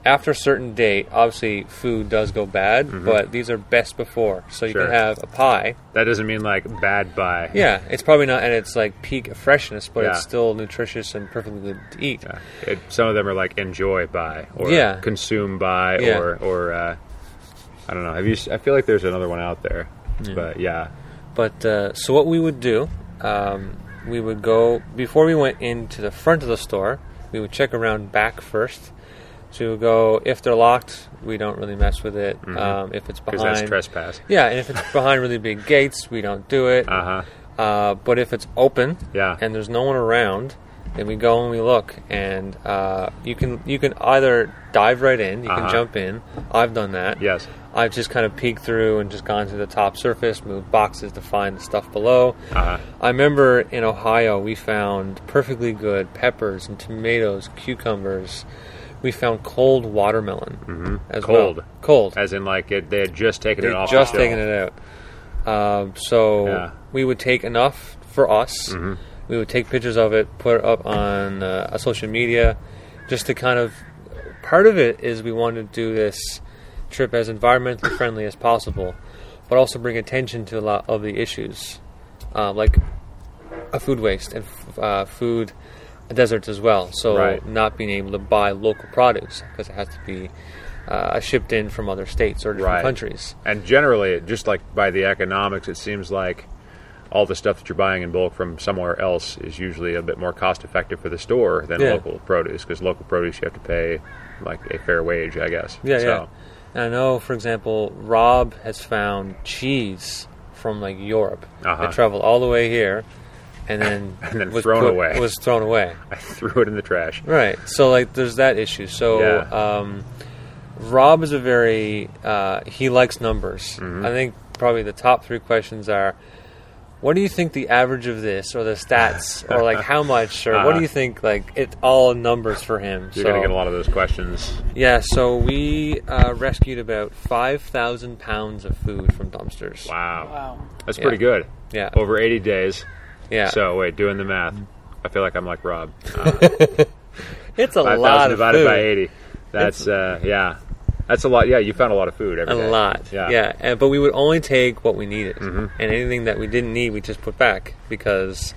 after a certain date. Obviously, food does go bad, but these are best before. So you
Mm-hmm. Sure.
can have a pie.
That doesn't mean like bad by.
Yeah, it's probably not at its like peak freshness, but
Yeah.
it's still nutritious and perfectly good to eat. Yeah,
It, some of them are like enjoy by or
Yeah.
consume by
Yeah.
or or uh, I don't know. Have you? s- I feel like there's another one out there, but yeah,
But uh, so what we would do, um, we would go before we went into the front of the store. We would check around back first. So we would go if they're locked, we don't really mess with it. Um, if it's
Mm-hmm. because
behind,
that's trespass.
Yeah, and if it's behind really big gates, we don't do it.
Uh huh.
Uh, but if it's open,
Yeah.
and there's no one around, then we go and we look, and uh, you can you can either dive right in, you
Uh-huh.
can jump in. I've done that.
Yes.
I've just kind of peeked through and just gone to the top surface, moved boxes to find the stuff below.
Uh-huh.
I remember in Ohio we found perfectly good peppers and tomatoes, cucumbers. We found cold watermelon as
Mm-hmm. Cold.
well. Cold.
As in, like it, they had just taken it
They're
off.
just
the shelf.
taking it out. Um, so
Yeah. Mm-hmm.
we would take enough for us. We would take pictures of it, put it up on uh, social media, just to kind of. Part of it is we wanted to do this trip as environmentally friendly as possible, but also bring attention to a lot of the issues, uh, like uh, food waste and f- uh, food deserts as well. So
Right.
not being able to buy local produce because it has to be uh, shipped in from other states or different
Right.
countries.
And generally, it- just like by the economics, it seems like all the stuff that you're buying in bulk from somewhere else is usually a bit more cost effective for the store than
Yeah.
local produce because local produce you have to pay like a fair wage, I guess.
Yeah,
so,
yeah. And I know, for example, Rob has found cheese from like Europe.
Uh-huh.
It traveled all the way here, and then
And then thrown away.
Was thrown away.
I threw it in the trash.
Right. So like, there's that issue. So
Yeah.
um, Rob is a very uh, he likes numbers.
Mm-hmm.
I think probably the top three questions are. What do you think the average of this, or the stats, or like how much, or what
Uh-huh.
do you think? Like it all numbers for him.
You're
so.
gonna get a lot of those questions.
Yeah, so we uh, rescued about 5,000 pounds of food from dumpsters.
Wow,
Wow.
that's
Yeah.
pretty good.
Yeah.
over 80 days.
Yeah.
So wait, doing the math, I feel like I'm like Rob.
it's a
Five
lot
thousand
of
divided
food.
by eighty. That's uh, yeah. That's a lot. Yeah, you found a lot of food every
A
day.
lot.
Yeah. Mm-hmm.
Yeah. And, but we would only take what we needed. And anything that we didn't need, we just put back because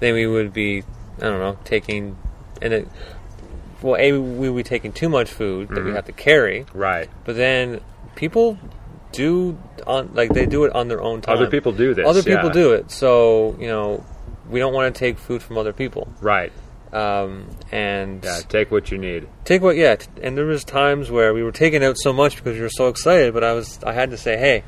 then we would be, I don't know, taking. And it, well, A, we would be taking too much food that
Mm-hmm.
we have to carry.
Right.
But then people do on like they do it on their own time.
Other people do this,
Other people
yeah.
do it. So you know, we don't want to take food from other people.
Right.
Um, and
Yeah. Take what you need.
take what? Yeah. t- And there was times where we were taking out so much because we were so excited, but I was I had to say, hey,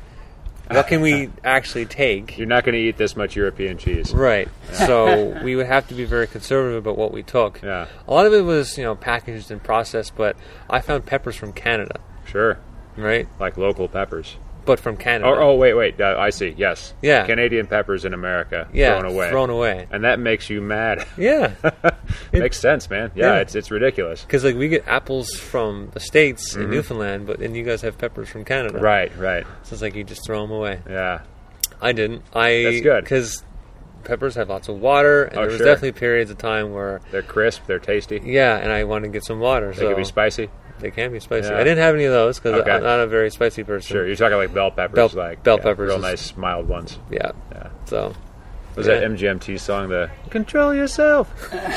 what can we actually take?
You're not going to eat this much European cheese.
Right. So we would have to be very conservative about what we took.
Yeah.
A lot of it was you know packaged and processed, but I found peppers from Canada.
Sure.
Right.
Like local peppers.
But from Canada.
Oh, oh wait, wait. Uh, I see. Yes.
Yeah.
Canadian peppers in America.
yeah.
Thrown away.
Thrown away.
And that makes you mad.
Yeah,
makes sense, man. Yeah,
Yeah.
It's it's ridiculous.
because like we get apples from the states in Newfoundland, but and you guys have peppers from Canada.
Mm-hmm. Right. Right.
So it's like you just throw them away.
Yeah.
I didn't. I
That's good.
because peppers have lots of water, and
Oh,
there was
sure.
definitely periods of time where
They're crisp. They're tasty.
yeah, and I wanted to get some water.
They
so
can be spicy.
they can be spicy.
Yeah.
I didn't have any of those because
Okay.
I'm not a very spicy person.
Sure. You're talking like bell peppers,
Bell-
like
bell
yeah,
peppers
real
is-
nice, mild ones.
Yeah.
Yeah.
So
Was
Yeah.
that MGMT song the Control yourself.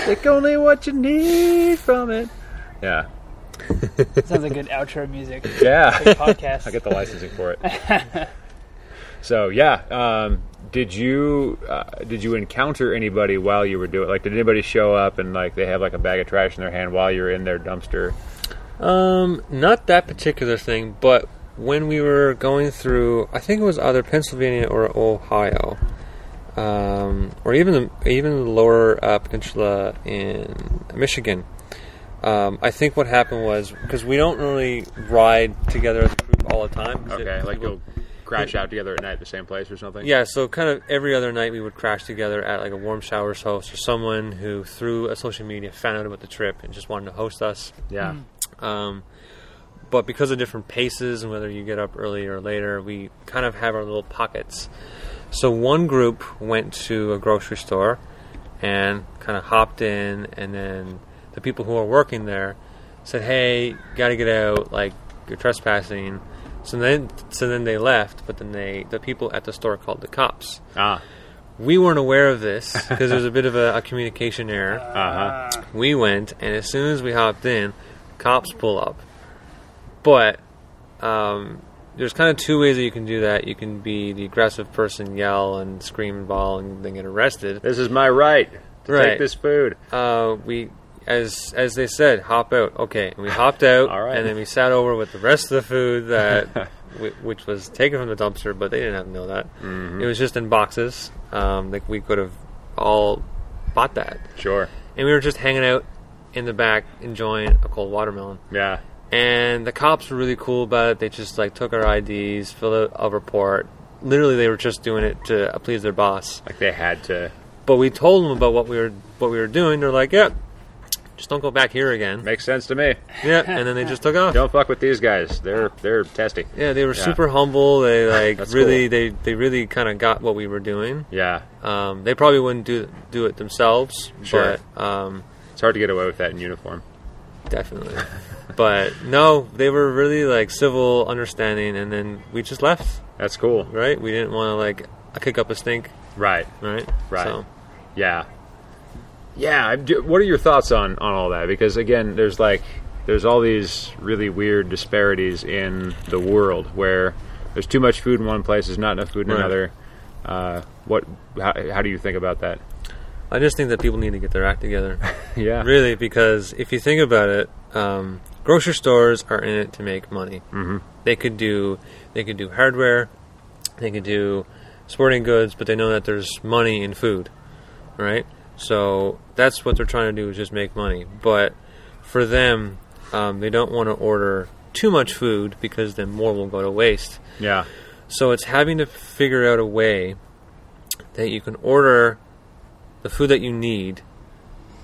Take only what you need from it. Yeah.
Sounds like good outro music.
Yeah.
Podcast.
I get the licensing for it. so yeah. Um, did you uh, did you encounter anybody while you were doing like did anybody show up and like they have like a bag of trash in their hand while you're in their dumpster?
Um, not that particular thing, but when we were going through, I think it was either Pennsylvania or Ohio, um, or even the even the lower uh, peninsula in Michigan. Um, I think what happened was because we don't really ride together as a group all the time. 'cause it- people-
crash out together at night at the same place or something?
yeah, so kind of every other night we would crash together at like a warm showers host or someone who through a social media found out about the trip and just wanted to host us.
Yeah.
Um, but because of different paces and whether you get up early or later, we kind of have our little pockets. So one group went to a grocery store and kind of hopped in, and then the people who are working there said, "Hey, got to get out! Like you're trespassing." So then, so then they left, but then they the people at the store called the cops.
Ah.
We weren't aware of this because there was a bit of a, a communication error.
Uh huh.
We went, and as soon as we hopped in, cops pull up. But um, there's kind of two ways that you can do that. You can be the aggressive person, yell and scream and bawl, and then get arrested.
This is my right to take
Right.
this food.
Uh, we, as as they said, hop out. Okay, and we hopped out,
All right.
and then we sat over with the rest of the food that, whi- which was taken from the dumpster, but they didn't have to know that.
Mm-hmm.
It was just in boxes. Um, like we could have all bought that
Sure.
and we were just hanging out in the back enjoying a cold watermelon.
Yeah.
and the cops were really cool about it. They just like took our IDs, filled out a report. Literally, they were just doing it to please their boss.
Like they had to
But we told them about what we were what we were doing. They're like, "Yep, just don't go back here again."
make sense to me.
Yep, and then they just took off.
Don't fuck with these guys. They're they're testy.
Yeah, they were
Yeah.
super humble. They like
That's
really
cool.
they they really kind of got what we were doing.
Yeah,
Um, they probably wouldn't do do it themselves,
Sure.
but um,
it's hard to get away with that in uniform.
definitely. but no, they were really like civil, understanding, and then we just left.
That's cool.
Right? We didn't want to like kick up a stink.
Right.
Right.
Right.
So,
Yeah. Yeah. I do- What are your thoughts on on all that? Because again, there's like there's all these really weird disparities in the world where there's too much food in one place, there's not enough food in
Right.
another. Uh, what? How, how do you think about that?
I just think that people need to get their act together,
Yeah.
really, because if you think about it, um, grocery stores are in it to make money. Mm-hmm. They could do they could do hardware, they could do sporting goods, but they know that there's money in food, right? So that's what they're trying to do is just make money. But for them, um, they don't want to order too much food because then more will go to waste.
Yeah.
So it's having to figure out a way that you can order the food that you need,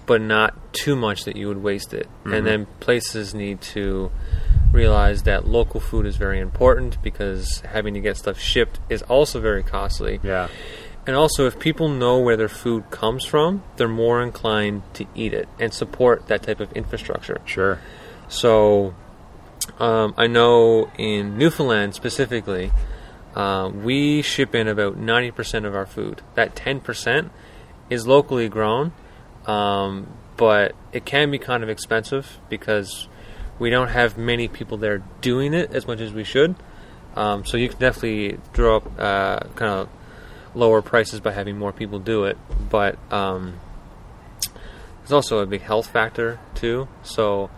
but not too much that you would waste it. And then places need to realize that local food is very important because having to get stuff shipped is also very costly.
Yeah.
And also, if people know where their food comes from, they're more inclined to eat it and support that type of infrastructure.
Sure.
So, um, I know in Newfoundland specifically, um, we ship in about 90% of our food. That 10% is locally grown, um, but it can be kind of expensive because we don't have many people there doing it as much as we should. Um, so, you can definitely draw up uh, kind of lower prices by having more people do it, but. Um, there's also a big health factor too. So,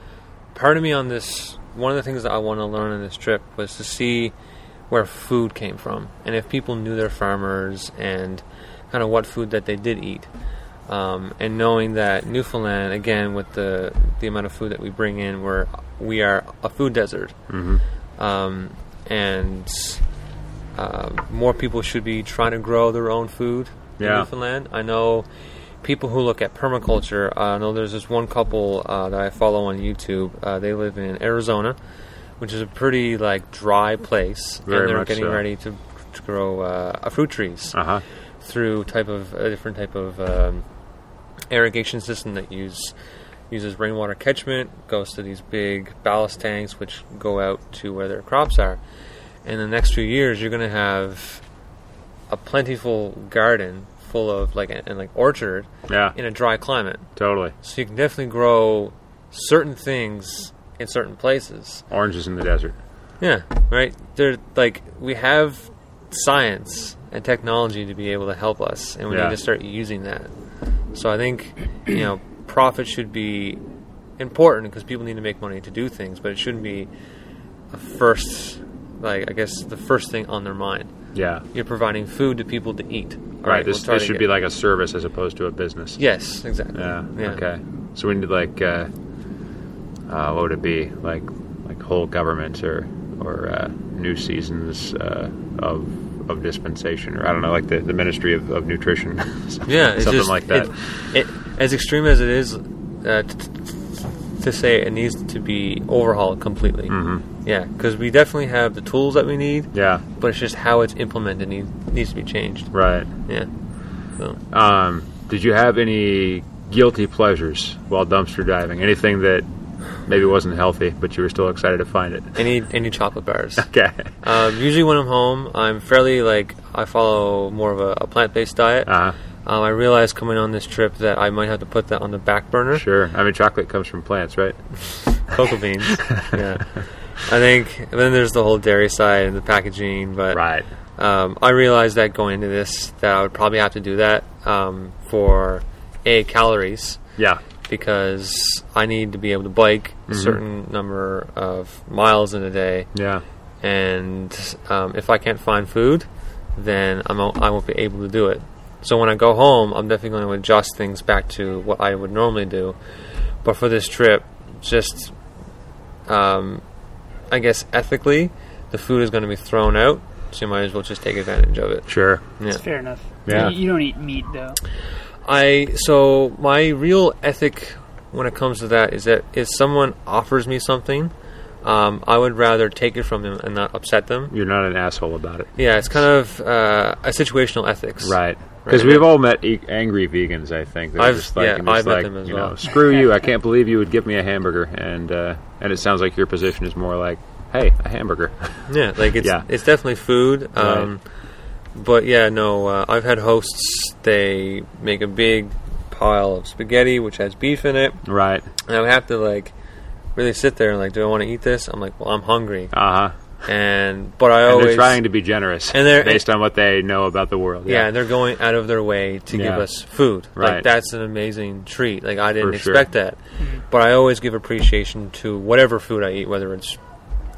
part of me on this, one of the things that I want to learn on this trip was to see where food came from and if people knew their farmers and kind of what food that they did eat. Um, and knowing that Newfoundland, again, with the the amount of food that we bring in, we're we are a food desert, mm-hmm. um, and uh, more people should be trying to grow their own food in
Yeah.
Newfoundland. I know people who look at permaculture. Uh, I know there's this one couple uh, that I follow on YouTube. Uh, they live in Arizona, which is a pretty like dry place,
Very
and they're
much
getting
so.
ready to, to grow uh, uh, fruit trees
Uh huh.
through type of a different type of um, irrigation system that use uses rainwater catchment goes to these big ballast tanks which go out to where their crops are. In the next few years, you're going to have a plentiful garden full of like an and, like orchard
Yeah.
in a dry climate.
Totally.
So you can definitely grow certain things in certain places.
Oranges in the desert.
Yeah, right. They're like we have science and technology to be able to help us, and we
Yeah.
need to start using that. So I think you know profit should be important because people need to make money to do things, but it shouldn't be a first, like I guess the first thing on their mind.
Yeah.
You're providing food to people to eat. All
All right.
we'll
This
try
this
to
should
get-
be like a service as opposed to a business.
yes, exactly.
Yeah. Okay. So we need like, uh, uh, what would it be like, like whole government or or uh, new seasons uh, of of dispensation or I don't know, like the, the Ministry of, of Nutrition.
Yeah, it's
something
just-
like that.
It, it, as extreme as it is, uh, t- t- to say it needs to be overhauled completely. Mm-hmm. Yeah, because we definitely have the tools that we need,
yeah.
but it's just how it's implemented need, needs to be changed.
Right.
Yeah. So,
Um, did you have any guilty pleasures while dumpster diving? Anything that maybe wasn't healthy, but you were still excited to find it?
any any chocolate bars.
Okay.
um, usually when I'm home, I'm fairly like I follow more of a, a plant based diet.
Uh,
Um, I realized coming on this trip that I might have to put that on the back burner.
sure. I mean, chocolate comes from plants, right?
cocoa beans. yeah, I think. And then there's the whole dairy side and the packaging. But
Right.
um, I realized that going into this, that I would probably have to do that um, for a calories
Yeah.
because I need to be able to bike a certain number of miles in a day,
Yeah.
and um, if I can't find food, then I'm o- I won't be able to do it. So when I go home, I'm definitely going to adjust things back to what I would normally do. But for this trip, just um, I guess ethically, the food is going to be thrown out, so you might as well just take advantage of it.
Sure.
Yeah.
It's fair enough.
Yeah.
You, you don't eat meat though.
I so my real ethic when it comes to that is that if someone offers me something, um, I would rather take it from them and not upset them.
You're not an asshole about it.
Yeah, it's kind of uh, a situational ethics.
Right. Because
Right.
we've all met e- angry vegans, I think. They're
I've-
just like,
yeah,
and it's
I've met
like,
them as
you
well.
know, screw you! I can't believe you would give me a hamburger, and uh, and it sounds like your position is more like, hey, a hamburger.
Yeah, like it's
Yeah.
it's definitely food. Um, But yeah, no, uh, I've had hosts. They make a big pile of spaghetti which has beef in it,
right.
and I would have to like really sit there and like, do I want to eat this? I'm like, well, I'm hungry,
Uh huh.
and but I
And
always
they're trying to be generous,
And they're-
based on what they know about the world.
Yeah, and they're going out of their way to give
Yeah.
us food. Like
Right.
that's an amazing treat. Like I didn't
For sure.
expect that. But I always give appreciation to whatever food I eat, whether it's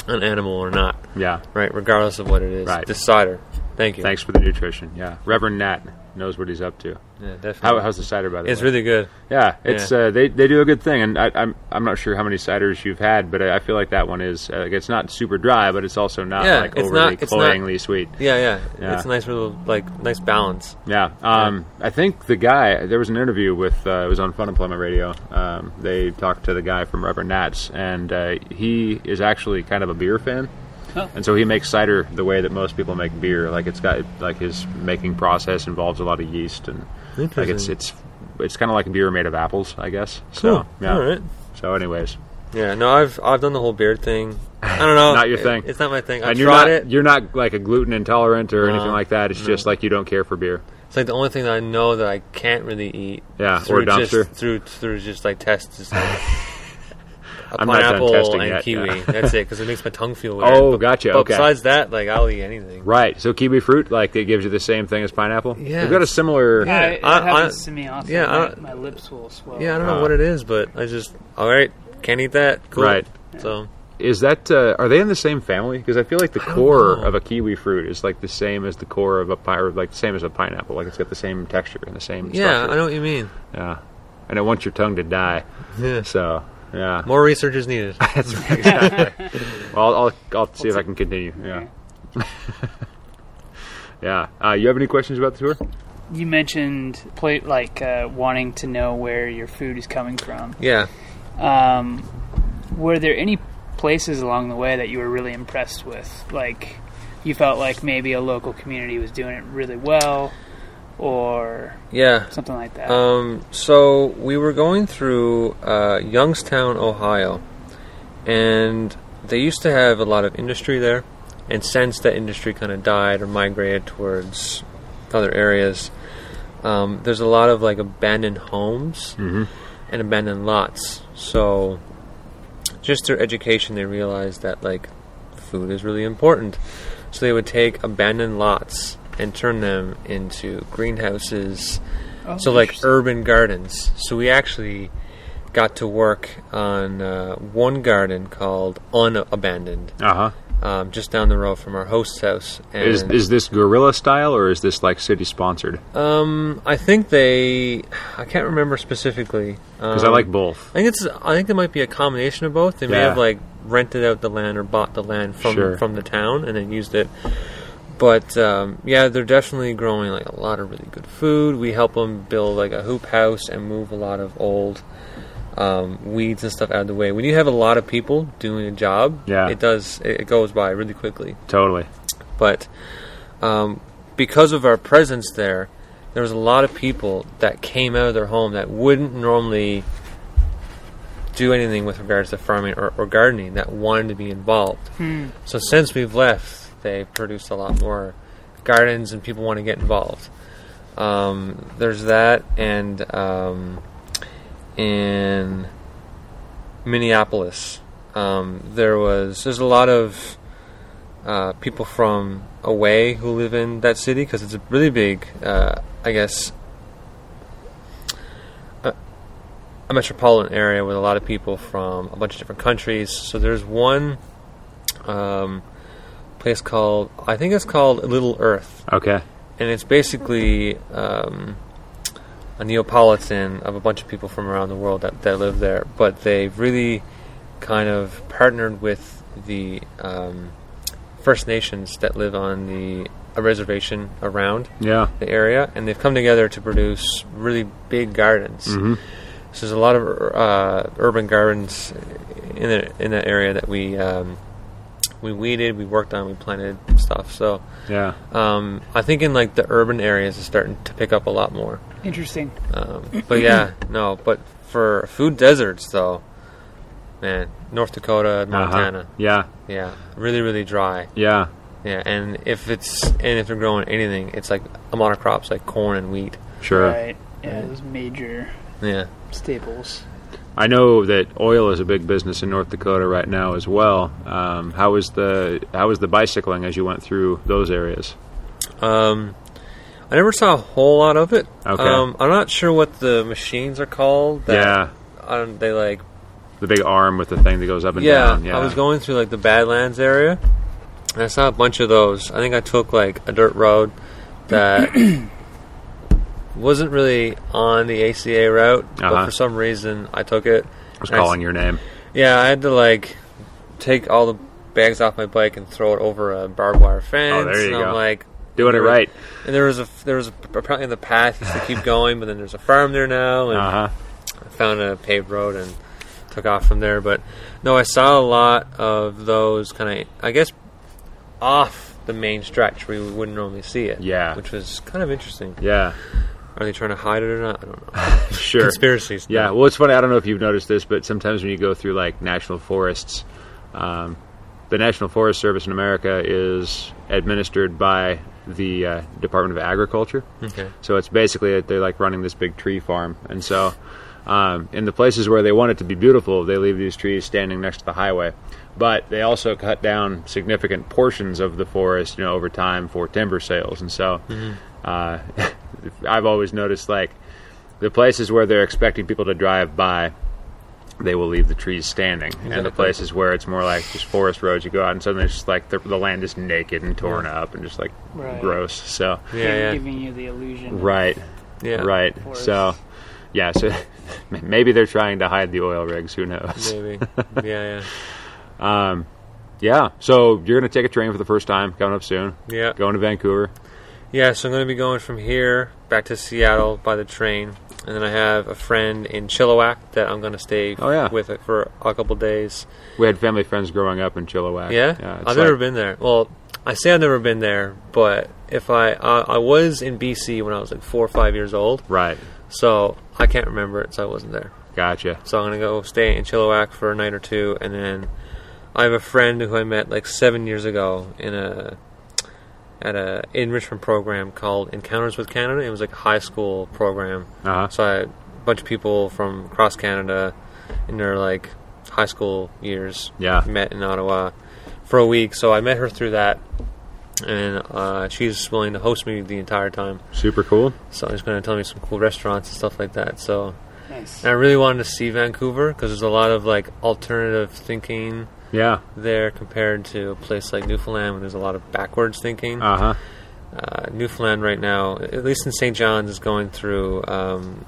an animal or not.
yeah.
Right, regardless of what it is.
Right.
This cider. Thank you.
Thanks for the nutrition. Yeah. Reverend Nat knows what he's up to.
Yeah, definitely.
How, how's the cider, by the way?
it's really good.
Yeah, it's
Yeah.
Uh, they they do a good thing, and I, I'm I'm not sure how many ciders you've had, but I, I feel like that one is uh, like, it's not super dry, but it's also not
Yeah,
like
it's
overly
not- it's not-
cloyingly sweet.
Yeah, yeah,
Yeah.
It's a nice little like nice balance.
Yeah, um, I think the guy there was an interview with uh, it was on Fun Employment Radio. Um, they talked to the guy from Rubber Nats, and uh, he is actually kind of a beer fan.
Oh.
And so he makes cider the way that most people make beer. Like it's got like his making process involves a lot of yeast and like it's
Interesting.
it's it's kind of like beer made of apples, I guess. So
Cool.
yeah.
Oh, All right.
So anyways,
Yeah, no, I've I've done the whole beard thing. I don't know.
Not your
It-
thing.
it's not my thing. I
and you're
tried
not
it.
you're not like a gluten intolerant or
No,
anything like that. It's
no.
just like you don't care for beer.
It's like the only thing that I know that I can't really eat.
Yeah, or
through
dumpster.
Just, through through just like tests. Is like a
I'm not done
pineapple
testing
and
yet,
kiwi.
yeah.
That's it because it makes my tongue feel weird.
Oh,
but,
gotcha.
But
okay.
besides that, like I'll eat anything.
Right. So kiwi fruit, like it gives you the same thing as pineapple.
Yeah.
They've got a similar.
Yeah, it, it
I- I-
happens to me often.
yeah, I-
my, my lips will swell.
Yeah, I don't know
Uh,
what it is, but I just all right. Can't eat that. Cool.
Right.
So
Is that uh, are they in the same family? Because I feel like the core of a kiwi fruit is like the same as the core of a pi- or like the same as a pineapple. Like it's got the same texture and the same.
yeah, I
structure.
know what you mean.
Yeah. And it wants your tongue to die.
Yeah.
So yeah.
More research is needed.
That's right. Exactly. well, I'll, I'll, I'll see if I can continue. Yeah. yeah. Uh, you have any questions about the tour?
You mentioned plate like uh, wanting to know where your food is coming from.
yeah.
Um, were there any places along the way that you were really impressed with? Like, you felt like maybe a local community was doing it really well, or
Yeah.
something like that.
Um, so we were going through uh, Youngstown, Ohio, and they used to have a lot of industry there. And since that industry kind of died or migrated towards other areas, um, there's a lot of like abandoned homes and abandoned lots. So just through education, they realized that like food is really important. So they would take abandoned lots and turn them into greenhouses
Oh,
so like
interesting.
urban gardens. So we actually got to work on uh, one garden called Unabandoned,
Uh huh.
um, just down the road from our host's house. And,
Is is this guerrilla style or is this like city sponsored?
um, I think they, I can't remember specifically
Because I
um,
like both.
I think it's. I think it might be a combination of both. They may
Yeah.
have like rented out the land or bought the land from
Sure.
from the town and then used it. But um, yeah, they're definitely growing like a lot of really good food. We help them build like a hoop house and move a lot of old um, weeds and stuff out of the way. When you have a lot of people doing a job,
Yeah.
it does. It, it goes by really quickly
Totally.
but um, because of our presence there, there was a lot of people that came out of their home that wouldn't normally do anything with regards to farming or, or gardening that wanted to be involved. So since we've left, they produced a lot more gardens and people want to get involved. Um, there's that, and um, in Minneapolis, um, there was there's a lot of uh, people from away who live in that city because it's a really big, uh, I guess, a, a metropolitan area with a lot of people from a bunch of different countries. So there's one um, place called, I think it's called Little Earth,
Okay.
and it's basically um, a Neapolitan of a bunch of people from around the world that, that live there, but they really kind of partnered with the um, First Nations that live on the a reservation around
Yeah.
the area, and they've come together to produce really big gardens.
Mm-hmm.
So there's a lot of uh, urban gardens in the, in that area that we um, we weeded, we worked on, we planted stuff. So
Yeah.
um, I think in like the urban areas, it's starting to pick up a lot more.
Interesting.
Um, but yeah, no. But for food deserts, though, man, North Dakota,
Uh-huh.
Montana,
Yeah.
yeah, really, really dry.
Yeah.
Yeah, and if it's and if they're growing anything, it's like a monocrops like corn and wheat.
Sure.
Right. Yeah, those major
Yeah,
staples.
I know that oil is a big business in North Dakota right now as well. Um, how was the how was the bicycling as you went through those areas?
um, I never saw a whole lot of it.
Okay.
um, I'm not sure what the machines are called. That,
yeah,
um, they like
the big arm with the thing that goes up and
yeah,
down.
I was going through like the Badlands area, and I saw a bunch of those. I think I took like a dirt road that wasn't really on the ACA route,
Uh-huh.
but for some reason I took it.
I was
And I s-
calling your name.
Yeah, I had to like take all the bags off my bike and throw it over a barbed wire fence.
Oh, there you
and
go.
I'm like
Doing it
there-
right.
And there was a there was a, apparently the path used to keep going, but then there's a farm there now, and
Uh huh.
I found a paved road and took off from there. But no, I saw a lot of those kind of, I guess, off the main stretch where you wouldn't normally see it.
Yeah.
which was kind of interesting.
Yeah.
Are they trying to hide it or not? I don't know.
Sure.
Conspiracies.
Yeah, well, it's funny. I don't know if you've noticed this, but sometimes when you go through like national forests, um, the National Forest Service in America is administered by the uh, Department of Agriculture.
Okay.
So it's basically they're like running this big tree farm, and so um, in the places where they want it to be beautiful, they leave these trees standing next to the highway. But they also cut down significant portions of the forest, you know, over time for timber sales, and so uh, I've always noticed like the places where they're expecting people to drive by. They will leave the trees standing, and the
Exactly.
places where it's more like just forest roads, you go out and suddenly it's just like the, the land is naked and torn up and just like
Right.
gross. So,
Yeah, yeah,
Giving you the illusion.
right,
yeah.
Right.
Forest.
So, yeah. So maybe they're trying to hide the oil rigs. Who knows?
Maybe. yeah, yeah,
Yeah. So you're gonna take a train for the first time coming up soon.
yeah.
Going to Vancouver.
Yeah, so I'm going to be going from here back to Seattle by the train, and then I have a friend in Chilliwack that I'm going to stay
Oh, yeah.
with it for a couple days.
We had family friends growing up in Chilliwack.
Yeah,
yeah
I've
it's
never
like-
been there. Well, I say I've never been there, but if I uh, I was in BC when I was like four or five years old,
Right.
so I can't remember it, so I wasn't there.
Gotcha.
So I'm gonna go stay in Chilliwack for a night or two, and then I have a friend who I met like seven years ago in a at a enrichment program called Encounters with Canada. It was like a high school program,
Uh huh.
so I had a bunch of people from across Canada in their like high school years
Yeah.
met in Ottawa for a week. So I met her through that, and uh, she's willing to host me the entire time.
Super cool.
So she's going to tell me some cool restaurants and stuff like that. So
Nice.
and I really wanted to see Vancouver because there's a lot of like alternative thinking
Yeah.
there compared to a place like Newfoundland when there's a lot of backwards thinking.
Uh huh.
Uh, Newfoundland right now, at least in St. John's, is going through. Um,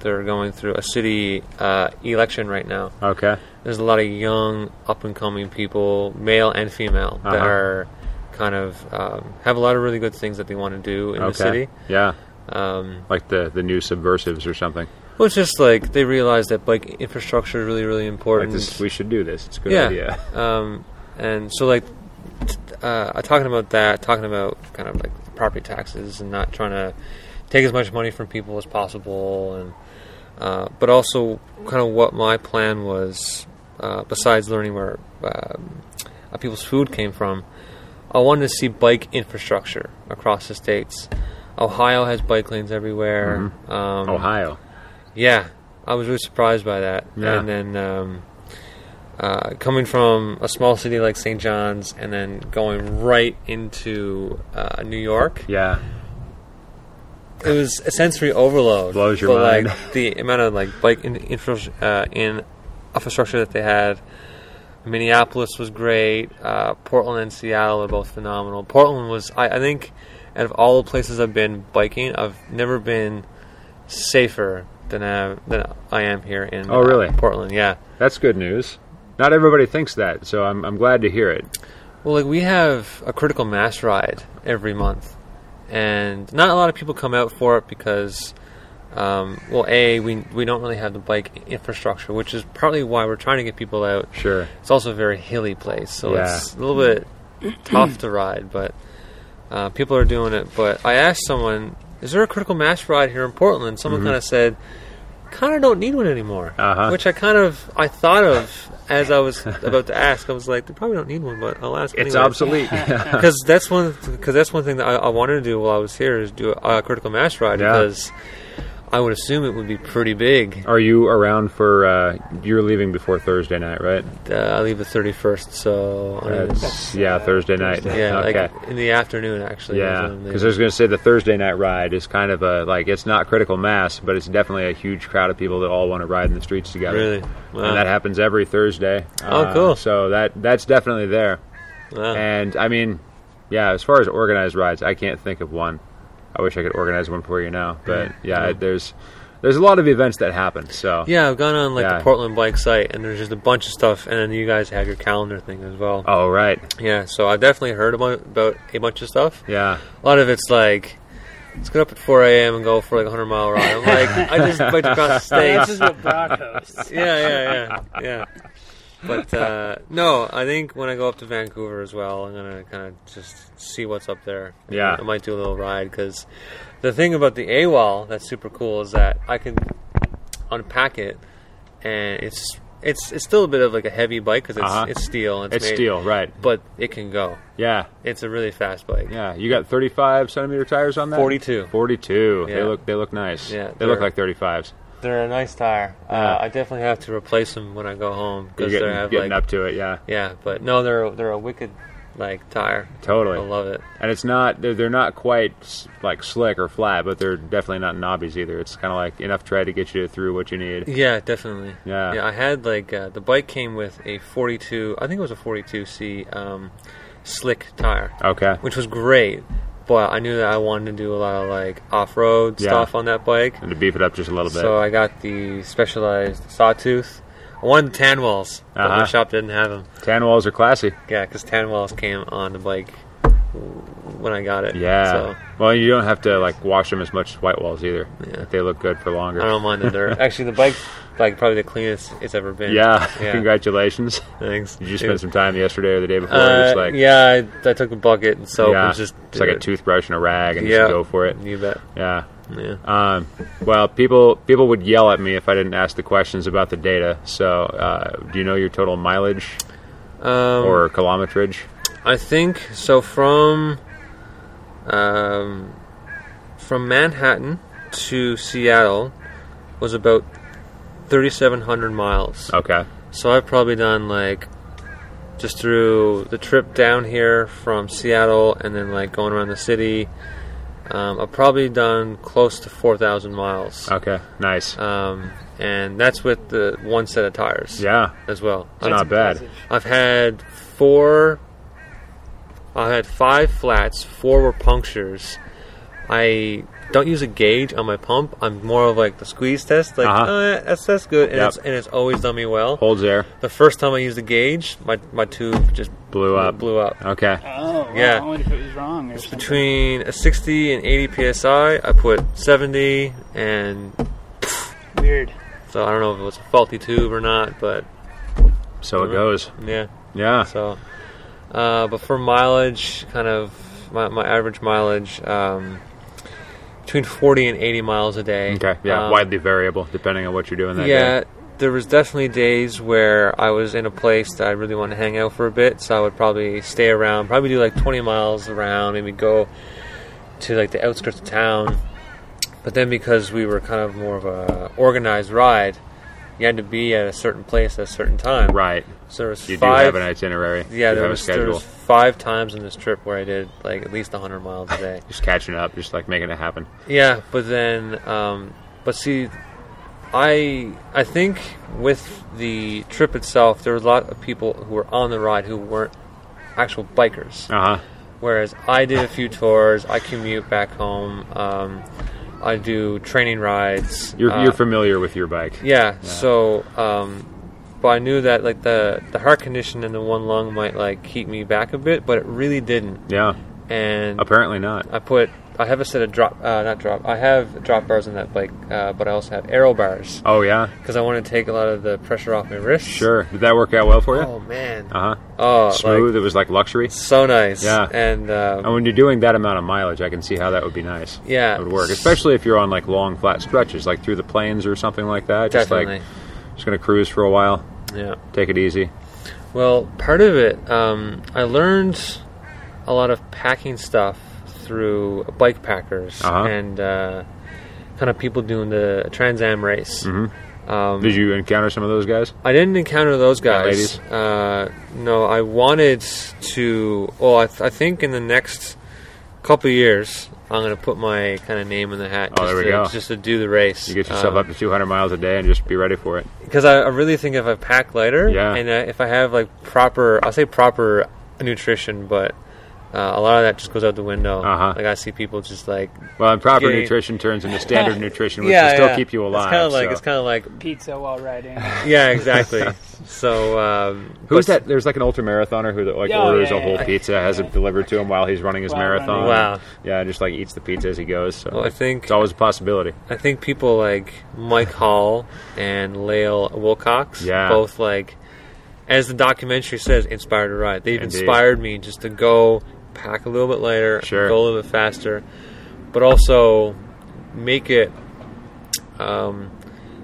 they're going through a city uh, election right now.
Okay.
There's a lot of young, up and coming people, male and female, that
Uh-huh.
are kind of um, have a lot of really good things that they want to do in
okay.
the city.
Yeah.
Um,
Like the the new subversives or something.
Well, it's just like they realize that bike infrastructure is really, really
Like
important.
this. We should do this. It's a good
yeah.
idea.
Um, and so, like, t- uh, I- talking about that, talking about kind of like property taxes and not trying to take as much money from people as possible, and uh, but also kind of what my plan was, uh, besides learning where um, uh, people's food came from, I wanted to see bike infrastructure across the states. Ohio has bike lanes everywhere. Um,
Ohio.
yeah, I was really surprised by that.
Yeah.
And then um, uh, coming from a small city like St. John's and then going right into uh, New York,
Yeah.
it was a sensory overload.
Blows your
but,
mind.
Like, the amount of like bike in, infra- uh, in infrastructure that they had. Minneapolis was great. Uh, Portland and Seattle are both phenomenal. Portland was, I, I think, out of all the places I've been biking, I've never been safer than I, than I am here in
Oh,
uh,
really?
Portland. Yeah,
That's good news. Not everybody thinks that, so I'm, I'm glad to hear it.
Well, like we have a critical mass ride every month, and not a lot of people come out for it because, um, well, a we we don't really have the bike infrastructure, which is partly why we're trying to get people out.
Sure.
It's also a very hilly place, so
Yeah.
it's a little bit tough to ride, but uh, people are doing it. But I asked someone, "Is there a critical mass ride here in Portland?" Someone kind of said, "Kind of don't need one anymore,"
Mm-hmm. Uh-huh.
which I kind of I thought of as I was about to ask. I was like, "They probably don't need one," but I'll ask.
It's
anyway.
obsolete.
because that's one because that's one thing that I, I wanted to do while I was here is do a, a critical mass ride
Yeah.
because I would assume it would be pretty big.
Are you around for? Uh, you're leaving before Thursday night, right?
Uh, I leave the thirty first, so I mean,
That's, yeah, Thursday night.
yeah,
okay.
like in the afternoon actually.
yeah,
is when they-
because I was going to say the Thursday night ride is kind of a like it's not critical mass, but it's definitely a huge crowd of people that all want to ride in the streets together.
really
and that happens every Thursday. Uh,
Oh, cool.
So that that's definitely there.
wow.
And I mean, yeah, as far as organized rides, I can't think of one. I wish I could organize one for you now, but yeah,
Yeah.
there's there's a lot of events that happen. So
yeah, I've gone on like
Yeah.
the Portland bike site, and there's just a bunch of stuff, and then you guys have your calendar thing as well.
oh right,
Yeah, so I've definitely heard about, about a bunch of stuff.
yeah,
A lot of it's like, let's get up at 4 a.m. and go for like a 100 mile ride. I'm like, I just biked across the
This
states.
is what Brock hosts.
yeah, yeah, yeah, yeah. But uh, no, I think when I go up to Vancouver as well, I'm gonna kind of just see what's up there.
Yeah.
I might do a little ride because the thing about the AWOL that's super cool is that I can unpack it, and it's it's it's still a bit of like a heavy bike because it's
Uh-huh.
it's steel. and
it's
made-
steel, right?
but it can go.
Yeah,
It's a really fast bike.
yeah. You got 35 centimeter tires on that.
42.
42. They
Yeah.
look they look nice.
Yeah,
they look
they're-
like 35s.
They're a nice tire.
Yeah.
Uh, I definitely have to replace them when I go home
You're
because they
getting,
have
getting
like
up to it, yeah,
yeah, but no, they're they're a wicked like tire.
totally.
I love it.
And it's not they're, they're not quite s- like slick or flat, but they're definitely not knobbies either. It's kind of like enough tread to get you through what you need.
Yeah, definitely.
Yeah.
yeah. I had like uh, the bike came with a 42. I think it was a 42c um, slick tire,
Okay.
which was great. But I knew that I wanted to do a lot of like off-road
Yeah.
stuff on that bike,
And to beef it up just a little bit.
so I got the Specialized Sawtooth. I wanted the Tanwalls, but
Uh-huh.
my shop didn't have them.
Tan walls are classy.
Yeah, because Tanwalls came on the bike w- when I got it.
Yeah.
So
Well, you don't have to like wash them as much as white walls either.
Yeah.
They look good for longer.
I don't mind the dirt. Actually, the bike's like probably the cleanest it's ever been.
yeah.
Yeah.
Congratulations.
Thanks.
Did you
It-
spend some time yesterday or the day before?
Uh,
just like
yeah, I, I took a bucket and soap.
yeah,
and just
it's like a toothbrush and a rag and just go for it.
You bet.
Yeah.
Yeah.
Um, well, people people would yell at me if I didn't ask the questions about the data. So, uh, do you know your total mileage
Um,
Uh, or kilometrage?
I think so. From um, from Manhattan to Seattle was about thirty-seven hundred miles.
Okay.
So I've probably done like just through the trip down here from Seattle and then like going around the city. Um, I've probably done close to four thousand miles.
Okay. Nice.
um, and that's with the one set of tires.
yeah.
as well.
It's not bad.
I've had four. I had five flats. Four were punctures. I don't use a gauge on my pump. I'm more of like the squeeze test. Like
Uh-huh.
"Oh, yeah, that's that's good, and
Yep. Oh.
it's and it's always done me well.
Holds air.
The first time I used the gauge, my my tube just
Blew up.
Blew up.
Okay.
Oh, well,
Yeah.
I wonder if it was wrong or
It's
something.
between a 60 and 80 psi. I put 70, and
Weird.
so I don't know if it was a faulty tube or not, but
So
Mm-hmm.
it goes.
yeah.
Yeah.
So, uh, but for mileage, kind of my, my average mileage, um, between 40 and 80 miles a day.
Okay. Yeah.
Um,
Widely variable depending on what you're doing that
Yeah.
day.
There was definitely days where I was in a place that I really wanted to hang out for a bit, so I would probably stay around, probably do like 20 miles around, maybe go to like the outskirts of town. But then because we were kind of more of a organized ride, you had to be at a certain place at a certain time.
Right.
So there was
You do
five
have an itinerary.
yeah,
you
there
have
was,
a
there
schedule.
was five times on this trip where I did like at least 100 miles a day.
Just catching up, just like making it happen.
yeah, but then, um, but see, I I think with the trip itself, there were a lot of people who were on the ride who weren't actual bikers.
Uh huh.
Whereas I did a few tours, I commute back home, um, I do training rides.
You're,
uh,
you're familiar with your bike.
yeah, so um, but I knew that like the the heart condition in the one lung might like keep me back a bit, but it really didn't.
Yeah.
And
Apparently not.
I put I have a set of drop uh, not drop I have drop bars on that bike, uh, but I also have arrow bars
Oh yeah.
because I want to take a lot of the pressure off my wrists.
Sure. Did that work out well for you?
Oh man.
Uh
Oh,
huh. Smooth. it
Like,
was like luxury.
so nice.
Yeah.
And uh,
And when you're doing that amount of mileage, I can see how that would be nice.
Yeah.
It would work, especially if you're on like long flat stretches, like through the plains or something like that.
definitely.
Just like just gonna cruise for a while,
yeah.
take it easy.
Well, part of it, um, I learned a lot of packing stuff through bike packers
Uh-huh.
and uh, kind of people doing the Trans Am race.
Mm-hmm.
Um,
Did you encounter some of those guys?
I didn't encounter those guys.
ladies?
Uh, no, I wanted to. Well, I, th- I think in the next couple of years, I'm going to put my kind of name in the hat.
Oh,
just
there we
to,
go.
Just to do the race.
You get yourself up to 200 miles a day and just be ready for it.
because I, I really think if I pack lighter,
Yeah.
and uh, if I have like proper, I'll say proper nutrition, but uh, a lot of that just goes out the window.
Uh-huh.
Like I see people just like
Well, and proper
Yeah.
nutrition turns into standard nutrition, which will still keep you alive.
It's kind of like
so.
it's kind of like
Pizza while riding.
yeah, exactly. so um,
Who's
but-
that? There's like an ultra marathoner who like
Yeah,
orders
yeah,
a whole
yeah.
pizza, has it delivered to him while he's running his
While
marathon.
running.
Wow.
Yeah, and just like eats the pizza as he goes. So
Well, I think
it's always a possibility.
I think people like Mike Hall and Lale Wilcox,
Yeah.
both like, as the documentary says, inspired to ride. They've
Indeed.
inspired me just to go pack a little bit lighter,
Sure.
go a little bit faster, but also make it um,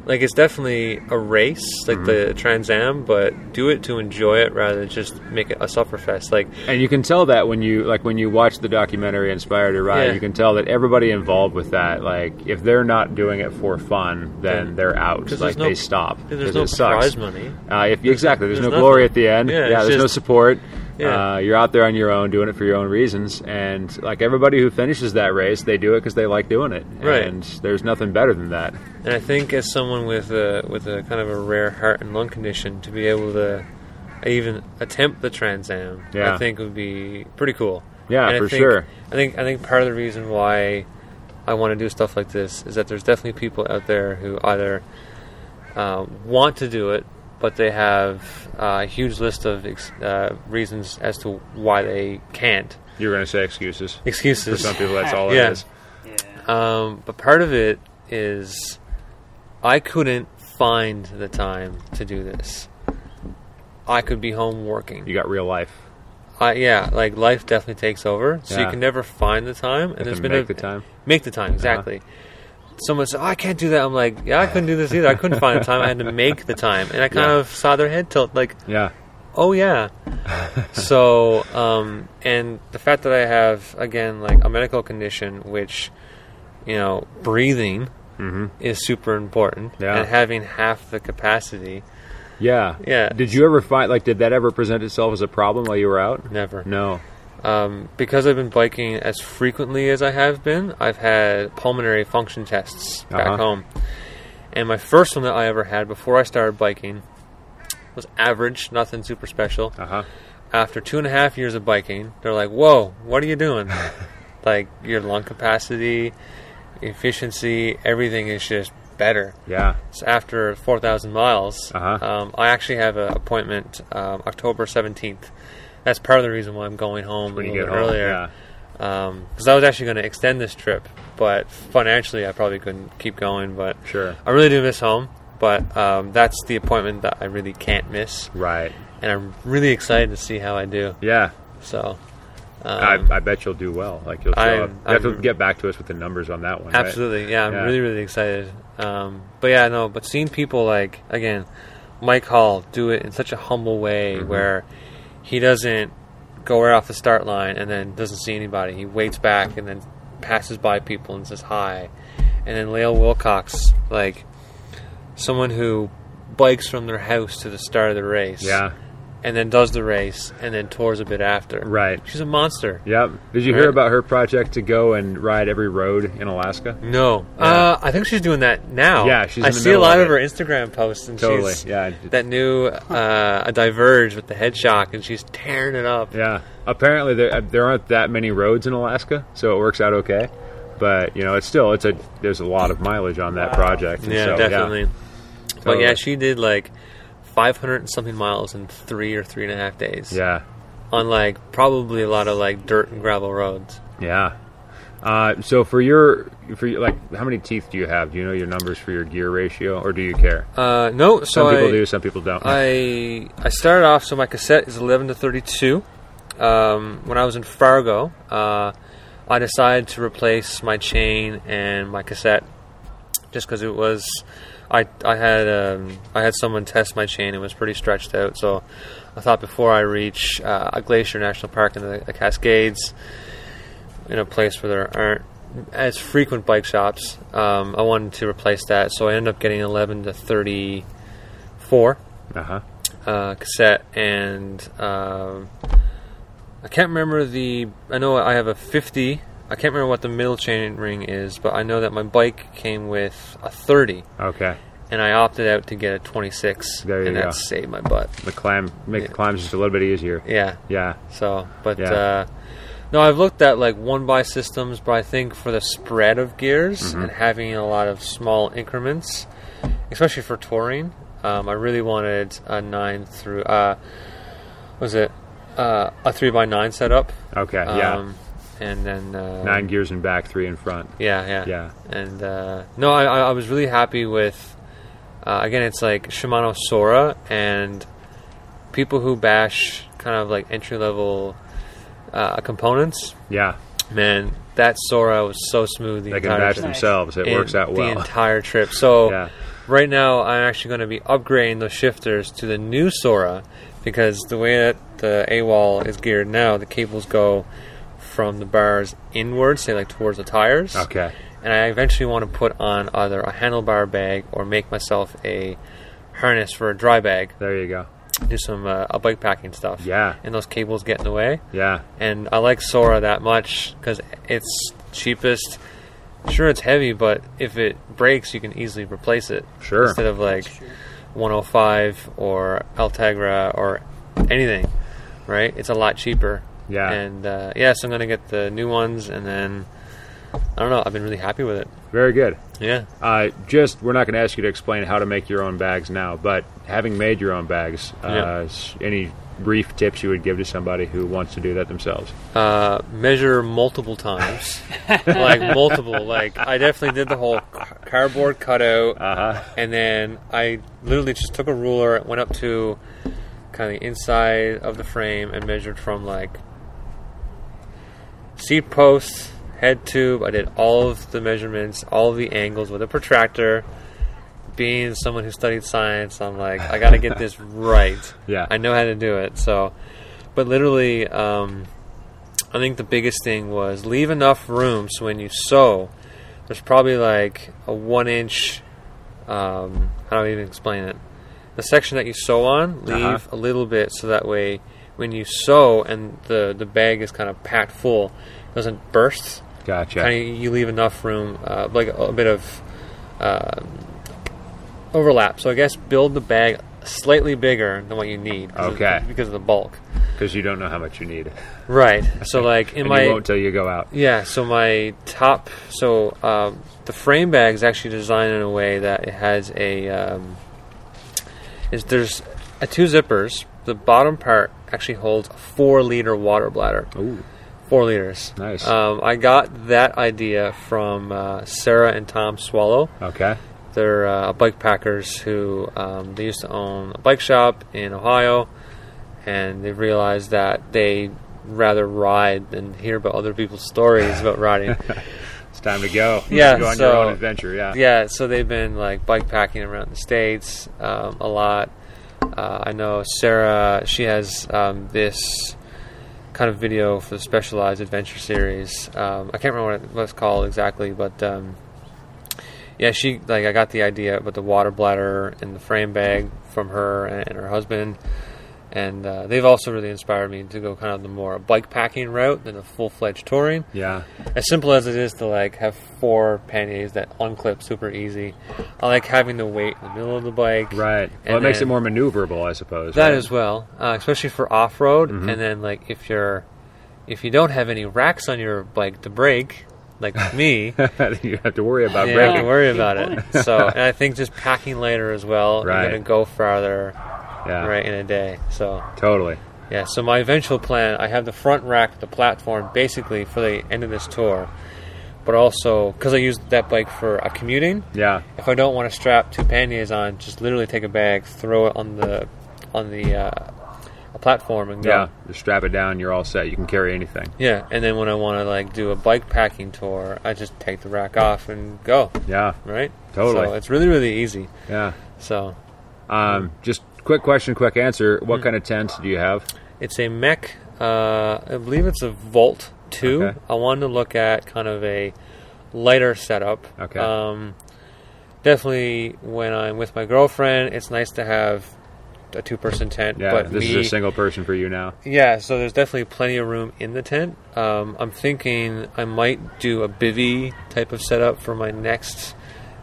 like it's definitely a race,
Mm-hmm.
like the Trans Am, but do it to enjoy it rather than just make it a sufferfest. Like,
And you can tell that when you like when you watch the documentary Inspired to Ride,
Yeah.
you can tell that everybody involved with that, like if they're not doing it for fun, then
Yeah.
they're out.
'Cause
Like
there's no-
they stop
there's
'cause
no
it sucks.
prize money.
Uh, if, exactly. There's,
There's
no glory at
nothing.
the end.
Yeah,
Yeah,
it's
there's no
just-
support.
Yeah.
Uh, you're out there on your own doing it for your own reasons. And like everybody who finishes that race, they do it because they like doing it.
Right.
And there's nothing better than that.
And I think as someone with a with a kind of a rare heart and lung condition, to be able to even attempt the Trans Am, I
Yeah.
think would be pretty cool.
Yeah,
And I
for
think-
sure.
I think I think part of the reason why I want to do stuff like this is that there's definitely people out there who either uh, want to do it, but they have uh, a huge list of ex- uh, reasons as to why they can't.
You're going to say excuses. For
Excuses.
some people, that's all
Yeah.
it is.
Yeah.
Um, but part of it is I couldn't find the time to do this. I could be home working.
You got real life.
I, yeah, like life definitely takes over, so you
Yeah.
can never find the time. And
You
there's
have to
been
make
a,
the time. Uh-huh.
Make the time exactly. Someone said, oh, "I can't do that." I'm like, "Yeah, I couldn't do this either. I couldn't find the time. I had to make the time." And I kind
Yeah.
of saw their head tilt, like,
Yeah.
Oh yeah. so, um, and the fact that I have again like a medical condition, which you know, breathing is super important,
Mm-hmm. Yeah.
and having half the capacity,
Yeah.
Yeah.
Did you ever find, like, did that ever present itself as a problem while you were out?
never.
No.
Um, because I've been biking as frequently as I have been, I've had pulmonary function tests back
Uh-huh.
home, and my first one that I ever had before I started biking was average, nothing super special.
Uh huh.
after two and a half years of biking, they're like, "Whoa, what are you doing? like your lung capacity, efficiency, everything is just better."
Yeah.
So after four thousand miles,
Uh-huh.
um, I actually have an appointment um, October seventeenth. That's part of the reason why I'm going home
When
a
you
little
get
bit
home.
earlier
Yeah.
because I was actually going to extend this trip, but financially I probably couldn't keep going. But
Sure.
I really do miss home. But um, that's the appointment that I really can't miss,
Right.
and I'm really excited to see how I do.
Yeah.
So, um,
I, I bet you'll do well. Like you'll show
I'm-
up. You have to
I'm-
get back to us with the numbers on that one. right?
absolutely, yeah, I'm
Yeah.
really, really excited. Um, but yeah, no, but seeing people like again, Mike Hall do it in such a humble way
Mm-hmm.
where he doesn't go right off the start line and then doesn't see anybody. He waits back and then passes by people and says hi. And then Lale Wilcox, like someone who bikes from their house to the start of the race,
Yeah.
and then does the race and then tours a bit after.
Right.
she's a monster.
Yep. Did you
Right.
hear about her project to go and ride every road in Alaska?
No, uh, I think she's doing that now.
Yeah, she's
I
in the
see a
middle
lot
of
of,
it.
her Instagram posts, and
Totally,
she's
yeah.
that new uh, a diverge with the head shock, and she's tearing it up.
Yeah. Apparently there uh, there aren't that many roads in Alaska, so it works out okay. But you know, it's still it's a there's a lot of mileage on that
Wow.
project. and
Yeah,
so,
definitely. But
Totally.
yeah, she did like 500 and something miles in three or three and a half days.
Yeah.
On like probably a lot of like dirt and gravel roads.
Yeah. Uh, so for your for your, like, how many teeth do you have? Do you know your numbers for your gear ratio, or do you care?
Uh, no, so
Some people
I,
do, some people don't.
I I started off so my cassette is 11 to 32. Um, when I was in Fargo, uh, I decided to replace my chain and my cassette just because it was I I had um, I had someone test my chain. It was pretty stretched out, so I thought before I reach uh, a Glacier National Park in the, the Cascades, in a place where there aren't as frequent bike shops, um, I wanted to replace that. So I ended up getting 11 to 34
uh huh.
uh, cassette, and um, I can't remember the. I know I have a 50. I can't remember what the middle chain ring is, but I know that my bike came with a 30,
Okay.
and I opted out to get a 26,
There you
and
go.
that saved my butt.
The climb make the
Yeah.
climbs just a little bit easier.
Yeah.
Yeah.
So, but
Yeah.
uh, no, I've looked at like one by systems, but I think for the spread of gears
Mm-hmm.
and having a lot of small increments, especially for touring, um, I really wanted a nine through uh, what was it uh, a three by nine setup?
Okay. Uh, Yeah.
Um, and then uh,
Nine gears and back, three in front.
Yeah, yeah,
Yeah.
And uh, no, I, I I was really happy with. Uh, again, it's like Shimano Sora and people who bash kind of like entry level uh, components.
Yeah.
Man, that Sora was so smooth. The
They can
entire
bash
trip.
Nice.
themselves. It
In
works out
The
well.
entire trip. So
Yeah.
right now, I'm actually going to be upgrading those shifters to the new Sora because the way that the AWOL is geared now, the cables go from the bars inward, say like towards the tires
Okay.
and I eventually want to put on either a handlebar bag or make myself a harness for a dry bag.
There you go.
Do some uh, a bike packing stuff.
Yeah.
and those cables get in the way.
Yeah.
And I like Sora that much because it's cheapest. Sure, it's heavy, but if it breaks, you can easily replace it.
Sure.
Instead of like 105 or Altegra or anything, right? It's a lot cheaper.
Yeah.
And uh, yeah, so I'm gonna get the new ones, and then I don't know. I've been really happy with it.
Very good.
Yeah.
Uh, just we're not going to ask you to explain how to make your own bags now, but having made your own bags, uh,
Yeah.
s- any brief tips you would give to somebody who wants to do that themselves?
Uh, measure multiple times. like, multiple. Like, I definitely did the whole ca- cardboard cutout.
Uh huh.
And then I literally just took a ruler, went up to kind of the inside of the frame, and measured from like seat post, head tube. I did all of the measurements, all of the angles with a protractor. Being someone who studied science, I'm like, I gotta get this right.
Yeah.
I know how to do it. So, but literally, um, I think the biggest thing was leave enough room so when you sew, there's probably like a one inch um, how do I even explain it? The section that you sew on, leave
Uh-huh.
a little bit so that way when you sew and the, the bag is kind of packed full, it doesn't burst.
Gotcha.
Kind of you leave enough room, uh, like a, bit of uh, overlap. So I guess build the bag slightly bigger than what you need. 'cause of-
Okay.
because of the bulk.
Because you don't know how much you need,
Right. So like in
and
my
you won't till you go out.
yeah, so my top, so um, the frame bag is actually designed in a way that it has a, um, is there's a two zippers. The bottom part actually holds a four liter water bladder.
Ooh,
Four liters.
Nice.
Um, I got that idea from uh, Sarah and Tom Swallow.
okay.
They're uh, bike packers who um, they used to own a bike shop in Ohio, and they realized that they rather ride than hear about other people's stories about riding.
It's time to go.
Yeah,
go on your
so-
own adventure. Yeah,
yeah, so they've been like bike packing around the states um, a lot. Uh, I know Sarah; she has um, this kind of video for the Specialized Adventure series. Um, I can't remember what it was called exactly, but um, yeah, she like I got the idea about the water bladder and the frame bag from her and, and her husband. And uh, they've also really inspired me to go kind of the more bike packing route than a full fledged touring
yeah.
as simple as it is to like have four panniers that unclip super easy, I like having the weight in the middle of the bike.
Right. Well, it
And
makes it
then-
more maneuverable, I suppose.
That
right?
as well, uh, especially for off road.
Mm-hmm.
And then like if you're if you don't have any racks on your bike to break, like me,
you have to worry about
yeah,
breaking.
don't worry about it. So, and I think just packing later as well,
Right.
you're going to go farther
Yeah.
right in a day. So
Totally.
yeah, so my eventual plan, I have the front rack, the platform, basically for the end of this tour, but also because I use that bike for uh, commuting.
Yeah.
If I don't want to strap two panniers on, just literally take a bag, throw it on the on the uh, a platform, and go.
Yeah. Just strap it down. You're all set. You can carry anything.
Yeah, and then when I want to like do a bike packing tour, I just take the rack off and go.
Yeah.
Right?
Totally.
So it's really really easy.
Yeah.
So
Um, just quick question, quick answer.
Hmm.
What kind of tent do you have?
it's a mech. Uh, I believe it's a Volt two.
Okay.
I wanted to look at kind of a lighter setup.
Okay.
Um, definitely when I'm with my girlfriend, it's nice to have a two person tent.
Yeah.
but
this
me-
is a single person for you now.
Yeah, so there's definitely plenty of room in the tent. Um, I'm thinking I might do a bivy type of setup for my next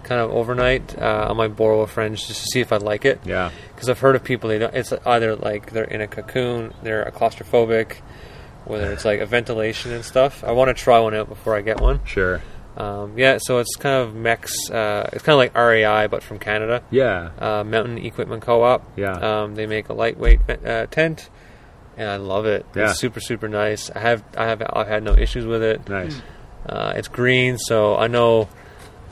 kind of overnight. Uh, I might borrow a friend's just to see if I like it.
Yeah.
Because I've heard of people they don't. It's either like they're in a cocoon, they're claustrophobic, whether it's like a ventilation and stuff. I want to try one out before I get one.
Sure.
Um, yeah, so it's kind of Mex. Uh, it's kind of like REI, but from Canada
Yeah.
uh, Mountain Equipment Co-op.
Yeah.
Um, they make a lightweight uh, tent, and I love it.
Yeah.
It's super super nice. I have I have I've had no issues with it.
Nice.
Uh, it's green, so I know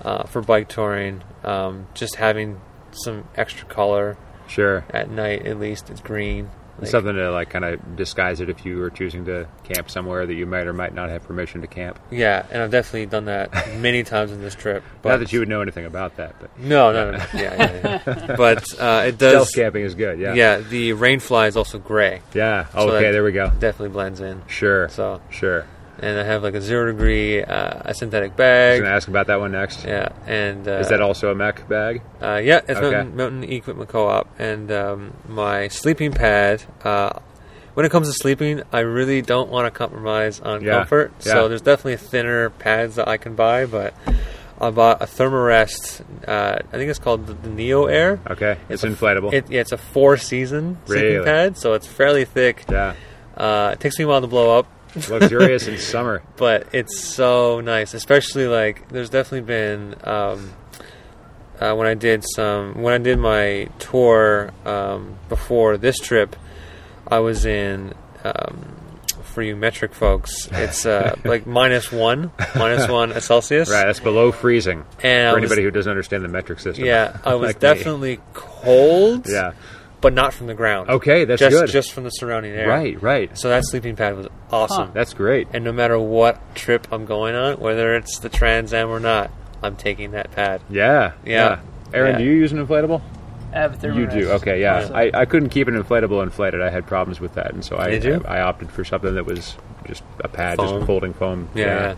uh, for bike touring, um, just having some extra color
Sure.
at night at least it's green. Like,
Something to like kind of disguise it if you were choosing to camp somewhere that you might or might not have permission to camp.
yeah, and I've definitely done that many times in this trip.
not that you would know anything about that, but
No, no, no, no. Yeah, yeah, yeah. but uh, it does.
self camping is good. Yeah.
Yeah, the rainfly is also gray.
Yeah.
So
okay.
that
there we go.
Definitely blends in.
Sure.
So
Sure.
and I have like a zero degree uh, a
I
synthetic
was
bag.
going to ask about that one next.
Yeah, and uh,
Is that also a mech bag?
Uh, yeah, it's
Okay.
Mountain, Mountain Equipment Co-op, and um, my sleeping pad. Uh, when it comes to sleeping, I really don't want to compromise on
Yeah,
comfort.
yeah.
So there's definitely thinner pads that I can buy, but I bought a Thermarest. Uh, I think it's called the, the Neo Air.
Okay. It's,
a-
inflatable.
It, yeah, it's a four season sleeping
Really?
pad, so it's fairly thick.
yeah.
Uh, it takes me a while to blow up.
Luxurious in summer.
but it's so nice especially like there's definitely been um, uh, when i did some when i did my tour um, before this trip i was in um, for you metric folks it's uh, like minus one minus one celsius
Right. That's below freezing
And I
for
was-
anybody who doesn't understand the metric system.
yeah i was
Like me.
definitely cold
Yeah.
but not from the ground
Okay, that's
just
good.
just from the surrounding air
Right. Right.
so that sleeping pad was awesome
That's great.
and no matter what trip I'm going on, whether it's the Trans Am or not, I'm taking that pad.
Yeah.
Yeah.
Aaron,
Yeah.
do you use an inflatable?
I have a thermal
You do. Okay. Yeah.
Yeah.
I, I couldn't keep an inflatable inflated. I had problems with that, and so I
Did you?
I, opted for something that was just a pad,
Foam.
just folding foam.
Yeah, yeah.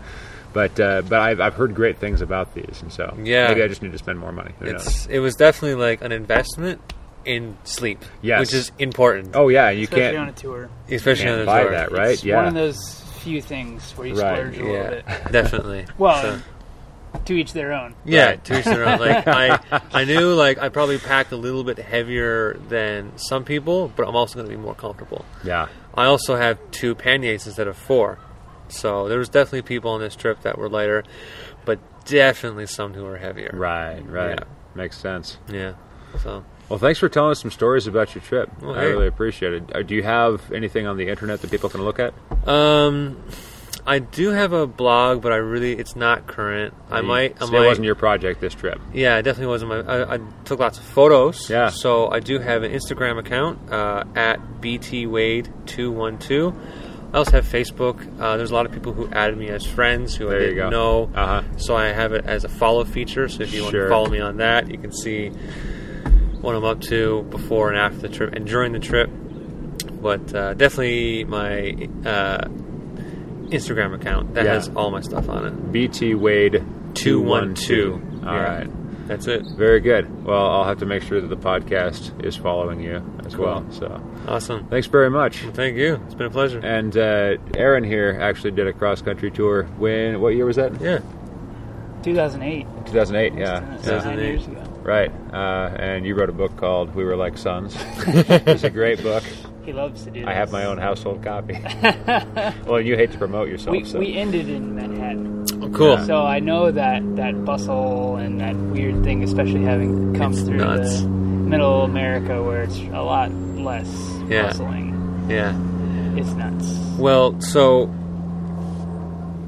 But uh, but I've, I've heard great things about these, and so
Yeah.
maybe I just need to spend more money. Who knows?
It's it was definitely like an investment in sleep,
Yes.
which is important,
Oh yeah, you
Especially on a
can't,
tour.
especially on
can't
the
buy
tour.
that, right?
It's
yeah.
one of those few things where you
Right.
splurge a little bit.
Yeah, definitely.
Well,
So-
to each their own.
yeah, to each their own. Like I, I knew like I probably packed a little bit heavier than some people, but I'm also going to be more comfortable.
yeah.
I also have two panniers instead of four. So there was definitely people on this trip that were lighter, but definitely some who were heavier.
Right. Right.
Yeah.
Makes sense.
Yeah. So
Well, thanks for telling us some stories about your trip.
Well,
I
hey.
really appreciate it. Uh, Do you have anything on the internet that people can look at?
um I do have a blog, but I really it's not current. I might I
So
might
It wasn't your project this trip.
Yeah, it definitely wasn't my I, I took lots of photos.
Yeah.
So I do have an Instagram account uh, at btwade212. I also have Facebook. Uh, there's a lot of people who added me as friends who I
There you go.
didn't know.
Uh-huh.
So I have it as a follow feature. So if you want
Sure.
to follow me on that, you can see what I'm up to before and after the trip and during the trip. But uh, definitely my uh, Instagram account that
Yeah.
has all my stuff on it.
BT Wade
212.
All
Yeah.
right.
That's it.
Very good. Well, I'll have to make sure that the podcast is following you as well. So
Awesome.
thanks very much.
Thank you. It's been a pleasure.
And uh, Aaron here actually did a cross country tour. When what year was that?
Yeah.
2008.
2008. Yeah,
It's
yeah.
nine
2008.
years ago.
right. Uh, and you wrote a book called "We Were Like Sons." it's a great book.
He loves to do. This.
I have my own household copy. well, you hate to promote yourself,
We,
so
we ended in Manhattan,
Oh, cool.
so I know that that bustle and that weird thing, especially having come
It's
through
nuts.
the middle America where it's a lot less
Yeah.
hustling.
Yeah.
It's nuts.
Well, so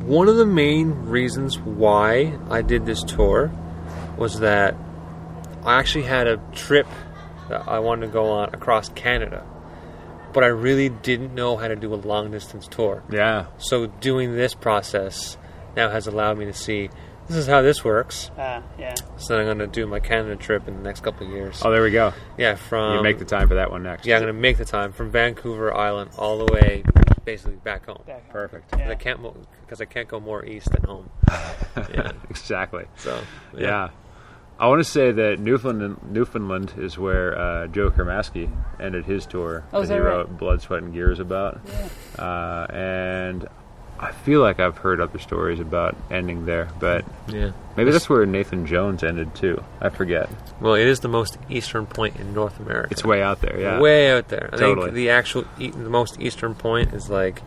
one of the main reasons why I did this tour was that I actually had a trip that I wanted to go on across Canada, but I really didn't know how to do a long distance tour.
Yeah.
So doing this process now has allowed me to see this is how this works.
Uh, yeah.
So then I'm going to do my Canada trip in the next couple of years.
Oh, there we go.
yeah,
You
Um,
from
make the time for that one next.
yeah, I'm going to make the time from Vancouver Island all the way basically back home.
Back home.
Perfect.
Yeah.
And I can't because I can't go more east than home. yeah.
Exactly.
So
Yeah. I want to say that Newfoundland, Newfoundland is where uh, Joe Kermaski ended his tour
Oh, is
he
that right?
wrote Blood, Sweat, and Gears about. Uh, and I feel like I've heard other stories about ending there, but
Yeah.
maybe that's where Nathan Jones ended too. I forget.
Well, it is the most eastern point in North America.
It's way out there, yeah.
way out there. I
Totally.
think the actual e- the most eastern point is like.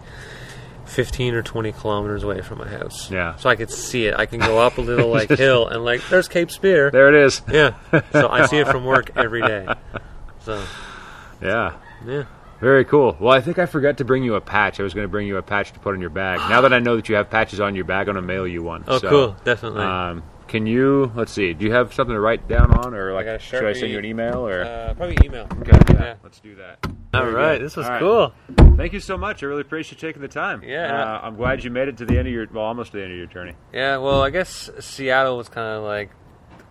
15 or 20 kilometers away from my house.
Yeah.
So I could see it. I can go up a little like hill and like there's Cape Spear.
There it is.
Yeah. So I see it from work every day. So
Yeah.
yeah.
Very cool. Well, I think I forgot to bring you a patch. I was going to bring you a patch to put on your bag. Now that I know that you have patches on your bag, I'm going to mail you one.
Oh,
So,
cool. Definitely.
Um, can you? Let's see. Do you have something to write down on, or like,
got a
should I send
Sharpie.
you an email or?
uh, probably email.
okay, yeah,
yeah.
Let's do that.
All
Very
right.
good.
This was
All right.
cool.
Thank you so much. I really appreciate you taking the time.
Yeah, and
Uh,
I-
I'm glad you made it to the end of your, well, almost to the end of your journey.
Yeah, well, I guess Seattle was kind of like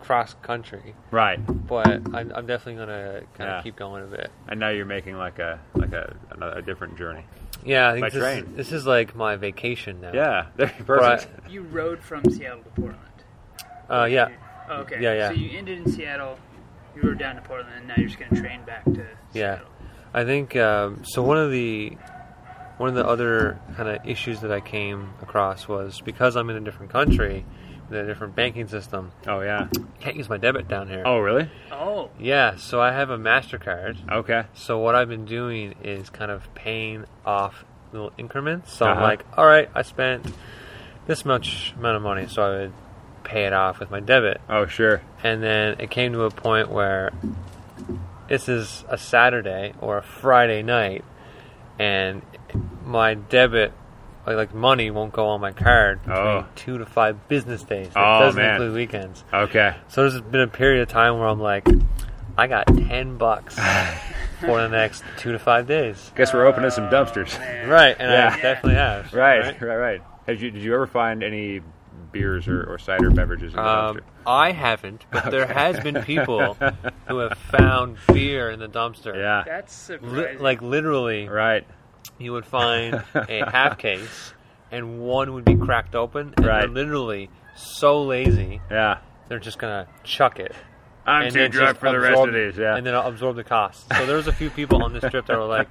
cross country,
Right.
but I'm, I'm definitely gonna kind of
Yeah.
keep going a bit.
And now you're making like a like a another, a different journey.
Yeah, I think
By
this,
train.
this is like my vacation now.
Yeah. There.
But-
Perfect.
You rode from Seattle to Portland.
Uh, yeah.
Oh, okay.
Yeah, yeah.
So you ended in Seattle, you rode down to Portland, and now you're just going to train back to
Yeah,
Seattle.
I think um, so. One of the one of the other kind of issues that I came across was because I'm in a different country with a different banking system,
Oh yeah.
I can't use my debit down here.
Oh really?
Oh,
Yeah, so I have a Mastercard.
Okay.
So what I've been doing is kind of paying off little increments. So I'm
Uh-huh.
like, all right, I spent this much amount of money, so I would pay it off with my debit.
Oh sure.
And then it came to a point where this is a Saturday or a Friday night, and my debit. Like, like money won't go on my card between
Oh.
two to five business days. That
Oh,
doesn't
man.
include weekends.
Okay.
So there's been a period of time where I'm like, I got ten bucks for the next two to five days.
Guess we're opening some dumpsters.
Right, and
Yeah.
I definitely have.
Right, right, right. Have you, did you ever find any beers or, or cider beverages in the
Um,
dumpster?
I haven't, but there has been people who have found beer in the dumpster.
Yeah,
that's
Li-
surprising.
like literally,
right.
you would find a half case, and one would be cracked open, and
Right.
they're literally so lazy
Yeah.
they're just gonna chuck it.
I'm
and
too
then
drunk
just
for the rest
absorb-
of these. Yeah.
And then I'll absorb the cost. So there was a few people on this trip that were like,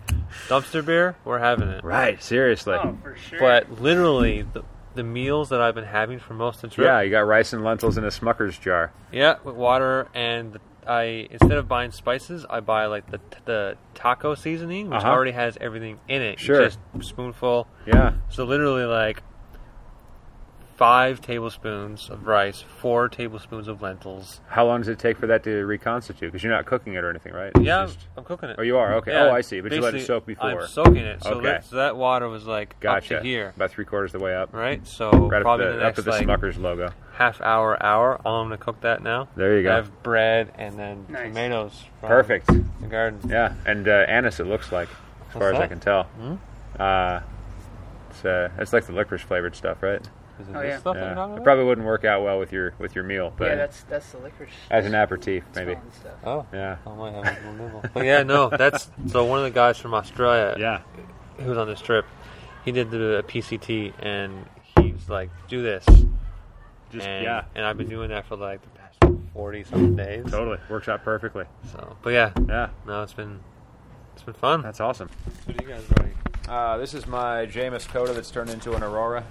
dumpster beer, we're having it.
right. Seriously.
oh, for sure.
But literally, the, the meals that I've been having for most of the
Yeah,
trip,
you got rice and lentils in a Smucker's jar.
yeah, with water and I instead of buying spices, I buy like the the taco seasoning, which
Uh-huh.
already has everything in it.
Sure.
just spoonful.
Yeah.
So literally like five tablespoons of rice, four tablespoons of lentils.
How long does it take for that to reconstitute? Because you're not cooking it or anything, right? It's
Yeah,
just-
I'm cooking it.
oh, you are. Okay.
Yeah,
oh, I see. But you let it
basically,
soak before.
I'm soaking it, so,
Okay.
that, so that water was like
gotcha.
up to here,
About three quarters of the way up.
right? So
Right up,
probably
the,
the
up
next
to the
like
Smucker's logo.
half hour, hour. I'm gonna cook that now.
There you go.
I have bread and then
Nice.
tomatoes. From
Perfect.
The garden.
Yeah, and uh, anise. It looks like, as far
What's
as I
that?
can tell. Uh, it's uh, it's like the licorice flavored stuff, right?
Is it
Oh,
this
yeah.
stuff that you're
Yeah.
talking
It
about?
probably wouldn't work out well with your with your meal, but
yeah, that's that's the licorice.
as an aperitif, maybe.
smell and stuff.
Oh.
Yeah.
I might have a little nibble. But yeah, no, that's so one of the guys from Australia
Yeah.
who was on this trip, he did the PCT and he's like, do this.
Just
And,
yeah.
and I've been doing that for like the past 40 something days.
Totally works out perfectly.
So, but yeah,
Yeah,
no, it's been it's been fun.
that's awesome.
what you guys already
Uh, this is my Jameis Coda that's turned into an Aurora.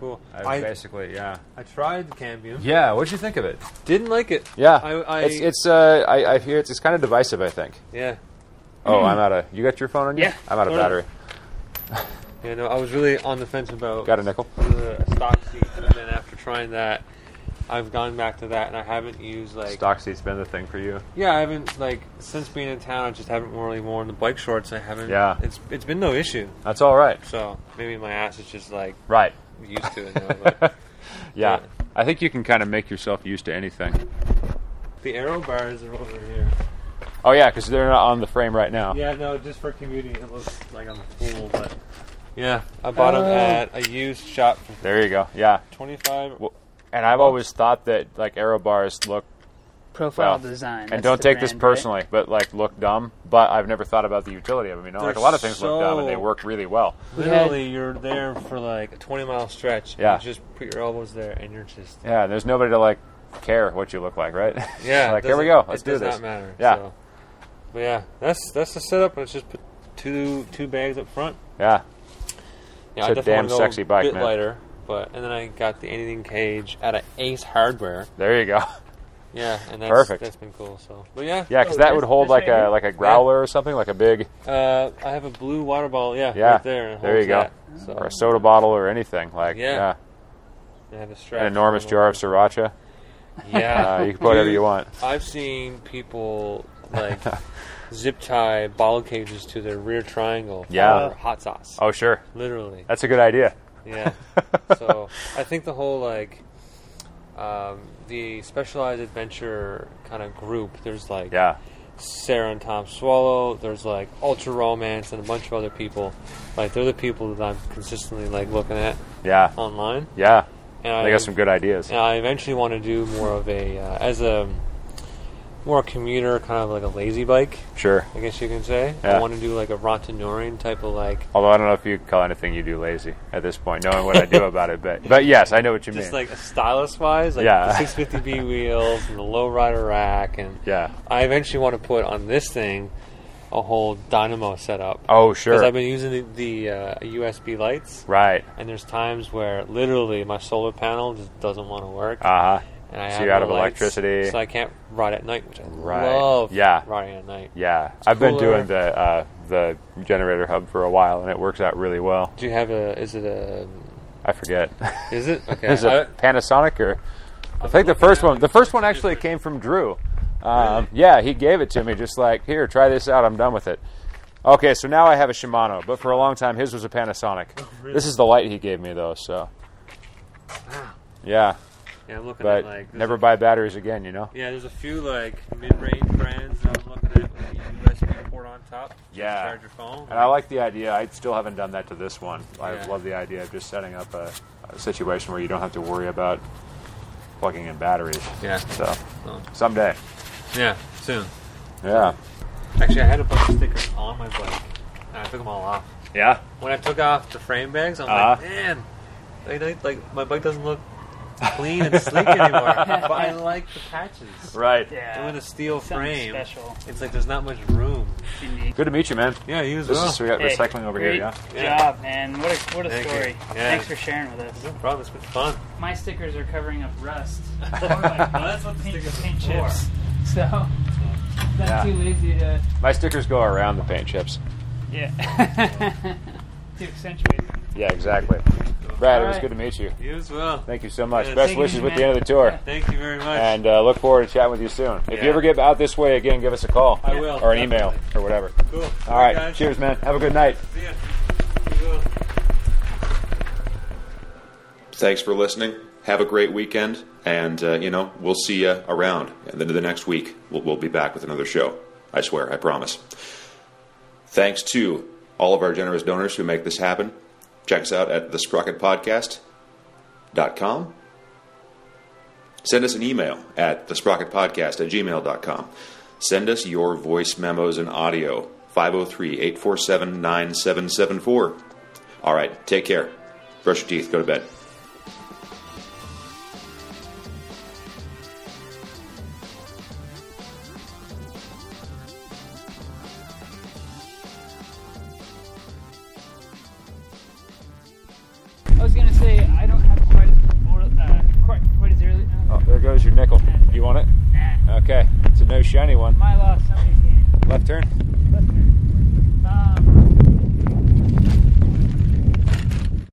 cool.
I,
I,
basically, yeah.
I tried the Cambium.
Yeah, what'd you think of it?
Didn't like it.
Yeah,
I, I
it's it's uh, I, I hear it's, it's kind of divisive. I think.
yeah.
Oh, I'm out of. You got your phone on you?
Yeah.
I'm out of
Totally.
battery.
Yeah, no, I was really on the fence about
Got a nickel?
the stock seat, and then after trying that, I've gone back to that, and I haven't used like
Stock seat's been the thing for you.
yeah, I haven't like since being in town. I just haven't really worn the bike shorts. I haven't.
Yeah.
it's it's been no issue.
That's all right.
So maybe my ass is just like
Right.
used to it now. But
Yeah.
Yeah.
I think you can kind of make yourself used to anything.
the arrow bars are over here.
Oh yeah, because they're not on the frame right now.
Yeah, no, just for commuting, it looks like I'm a fool, but yeah, I bought them at a used shop for
There you go. Yeah.
twenty-five.
Well, And I've always thought that like arrow bars look Well,
Profile design.
and
that's
don't
the
take this
brand, right?
personally, but like look dumb. But I've never thought about the utility of them. You know, like a lot of things look dumb and they
so-
work really well.
Literally, you're there for like a twenty-mile stretch. and
Yeah.
you just put your elbows there, and you're just
Yeah, there's nobody to like care what you look like, right?
yeah.
like
it
here we go.
doesn't-
Let's
it
do
does
this.
Not matter.
Yeah.
So. But yeah, that's that's the setup. Let's just put two two bags up front.
Yeah.
Yeah,
It's a damn
wanna
sexy bike,
a bit
man.
lighter. But and then I got the anything cage out of Ace Hardware.
There you go.
Yeah, and that's,
Perfect.
That's been cool. So, but yeah,
Yeah, because
Oh,
that
this-
would hold
this
like
right here?
a like a growler or something, like a big
Uh, I have a blue water bottle. Yeah,
Yeah,
right there. It
there you
holds
go.
that.
or a
So
soda bottle or anything. Like
Yeah.
yeah,
I have a strap.
an enormous jar of sriracha.
Yeah,
Uh, you can put whatever you
Dude,
want.
I've seen people like zip tie bottle cages to their rear triangle.
Yeah.
for hot sauce.
Oh sure,
Literally.
that's a good idea.
Yeah. so I think the whole like um, the specialized adventure kind of group. There's like
Yeah,
Sarah and Tom Swallow. There's like Ultra Romance and a bunch of other people. Like they're the people that I'm consistently like looking at
yeah,
online.
yeah.
And
They got some good ideas.
And I eventually want to do more of a uh, as a more commuter kind of like a lazy bike.
Sure.
I guess you can say.
Yeah.
I want to do like a Rontanoring type of like
Although I don't know if you would call anything you do lazy at this point, knowing what I do about it. But but yes, I know what you
just
mean.
like stylus wise, like
Yeah.
the 650B wheels and the low rider rack, and
yeah.
I eventually want to put on this thing a whole dynamo setup.
Oh sure.
I've been using the, the uh, USB lights,
right.
and there's times where literally my solar panel just doesn't want to work.
Uh huh.
and I
So
have
you're out
no
of
lights,
electricity.
so I can't ride at night, which I
Right.
love.
Yeah.
riding at night.
Yeah, I've been
cooler.
doing the uh, the generator hub for a while, and it works out really well.
Do you have a? Is it a?
I forget.
Is it okay?
Is
I-
it Panasonic or? I think the
looking
first
at
one. The first one actually came from Drew. Um, yeah, he gave it to me just like here, try this out. I'm done with it. Okay, so now I have a Shimano, but for a long time his was a Panasonic. This is the light he gave me though, so. Yeah,
yeah, I'm looking
but
at like there's
never
a-
buy batteries again, you know.
yeah, there's a few like mid-range brands that I'm looking at with a USB port on top. to
Yeah.
charge your phone.
And I like the idea. I still haven't done that to this one. I
Yeah.
love the idea of just setting up a, a situation where you don't have to worry about plugging in batteries.
yeah,
So
Oh.
someday,
yeah, soon.
yeah,
Actually, I had a bunch of stickers on my bike, and I took them all off.
yeah,
When I took off the frame bags, I'm
Uh-huh.
like, man, they, they, like my bike doesn't look clean and sleek anymore. but I like the patches.
right.
And with
Yeah.
a steel
Something
frame,
special.
it's like there's not much room.
Unique.
Good to meet you, man.
Yeah, use
This is we got
Hey,
recycling over here.
great
Yeah,
Yeah.
job, man. What a, what a
Thank you.
story.
Yeah.
Thanks for sharing with us.
No problem. It's been fun.
My stickers are covering up rust.
that's what the
Paint-
stickers are
paint
for.
chips. So, not
Yeah.
too easy to.
my stickers go around the paint chips.
Yeah. to accentuate.
Yeah, exactly. Brad, it was
Alright.
good to meet you.
You as well.
Thank you so much.
Yeah,
Best
thank
you,
wishes with the
man.
end of the tour.
Yeah.
Thank you very much.
And uh, look forward to chatting with you soon. If you
Yeah.
ever get out this way again, give us a call.
I will,
Or an email or
definitely.
whatever.
cool.
All right.
Guys,
Cheers, man. Have a good night.
See ya. You as well.
Thanks for listening. Have a great weekend, and uh, you know we'll see you around. And then the next week, we'll, we'll be back with another show. I swear, I promise. Thanks to all of our generous donors who make this happen. Check us out at thesprocketpodcast.com. Send us an email at thesprocketpodcast at gmail.com. Send us your voice memos and audio, 503 847 9774. All right, take care. Brush your teeth, go to bed.
I was gonna say I don't have quite as uh, quite quite as early. Uh,
Oh, there goes your nickel. You want it? Oh.
nah.
Okay. It's a no shiny one.
My loss. Somebody's game.
Left turn.
Left turn. Um,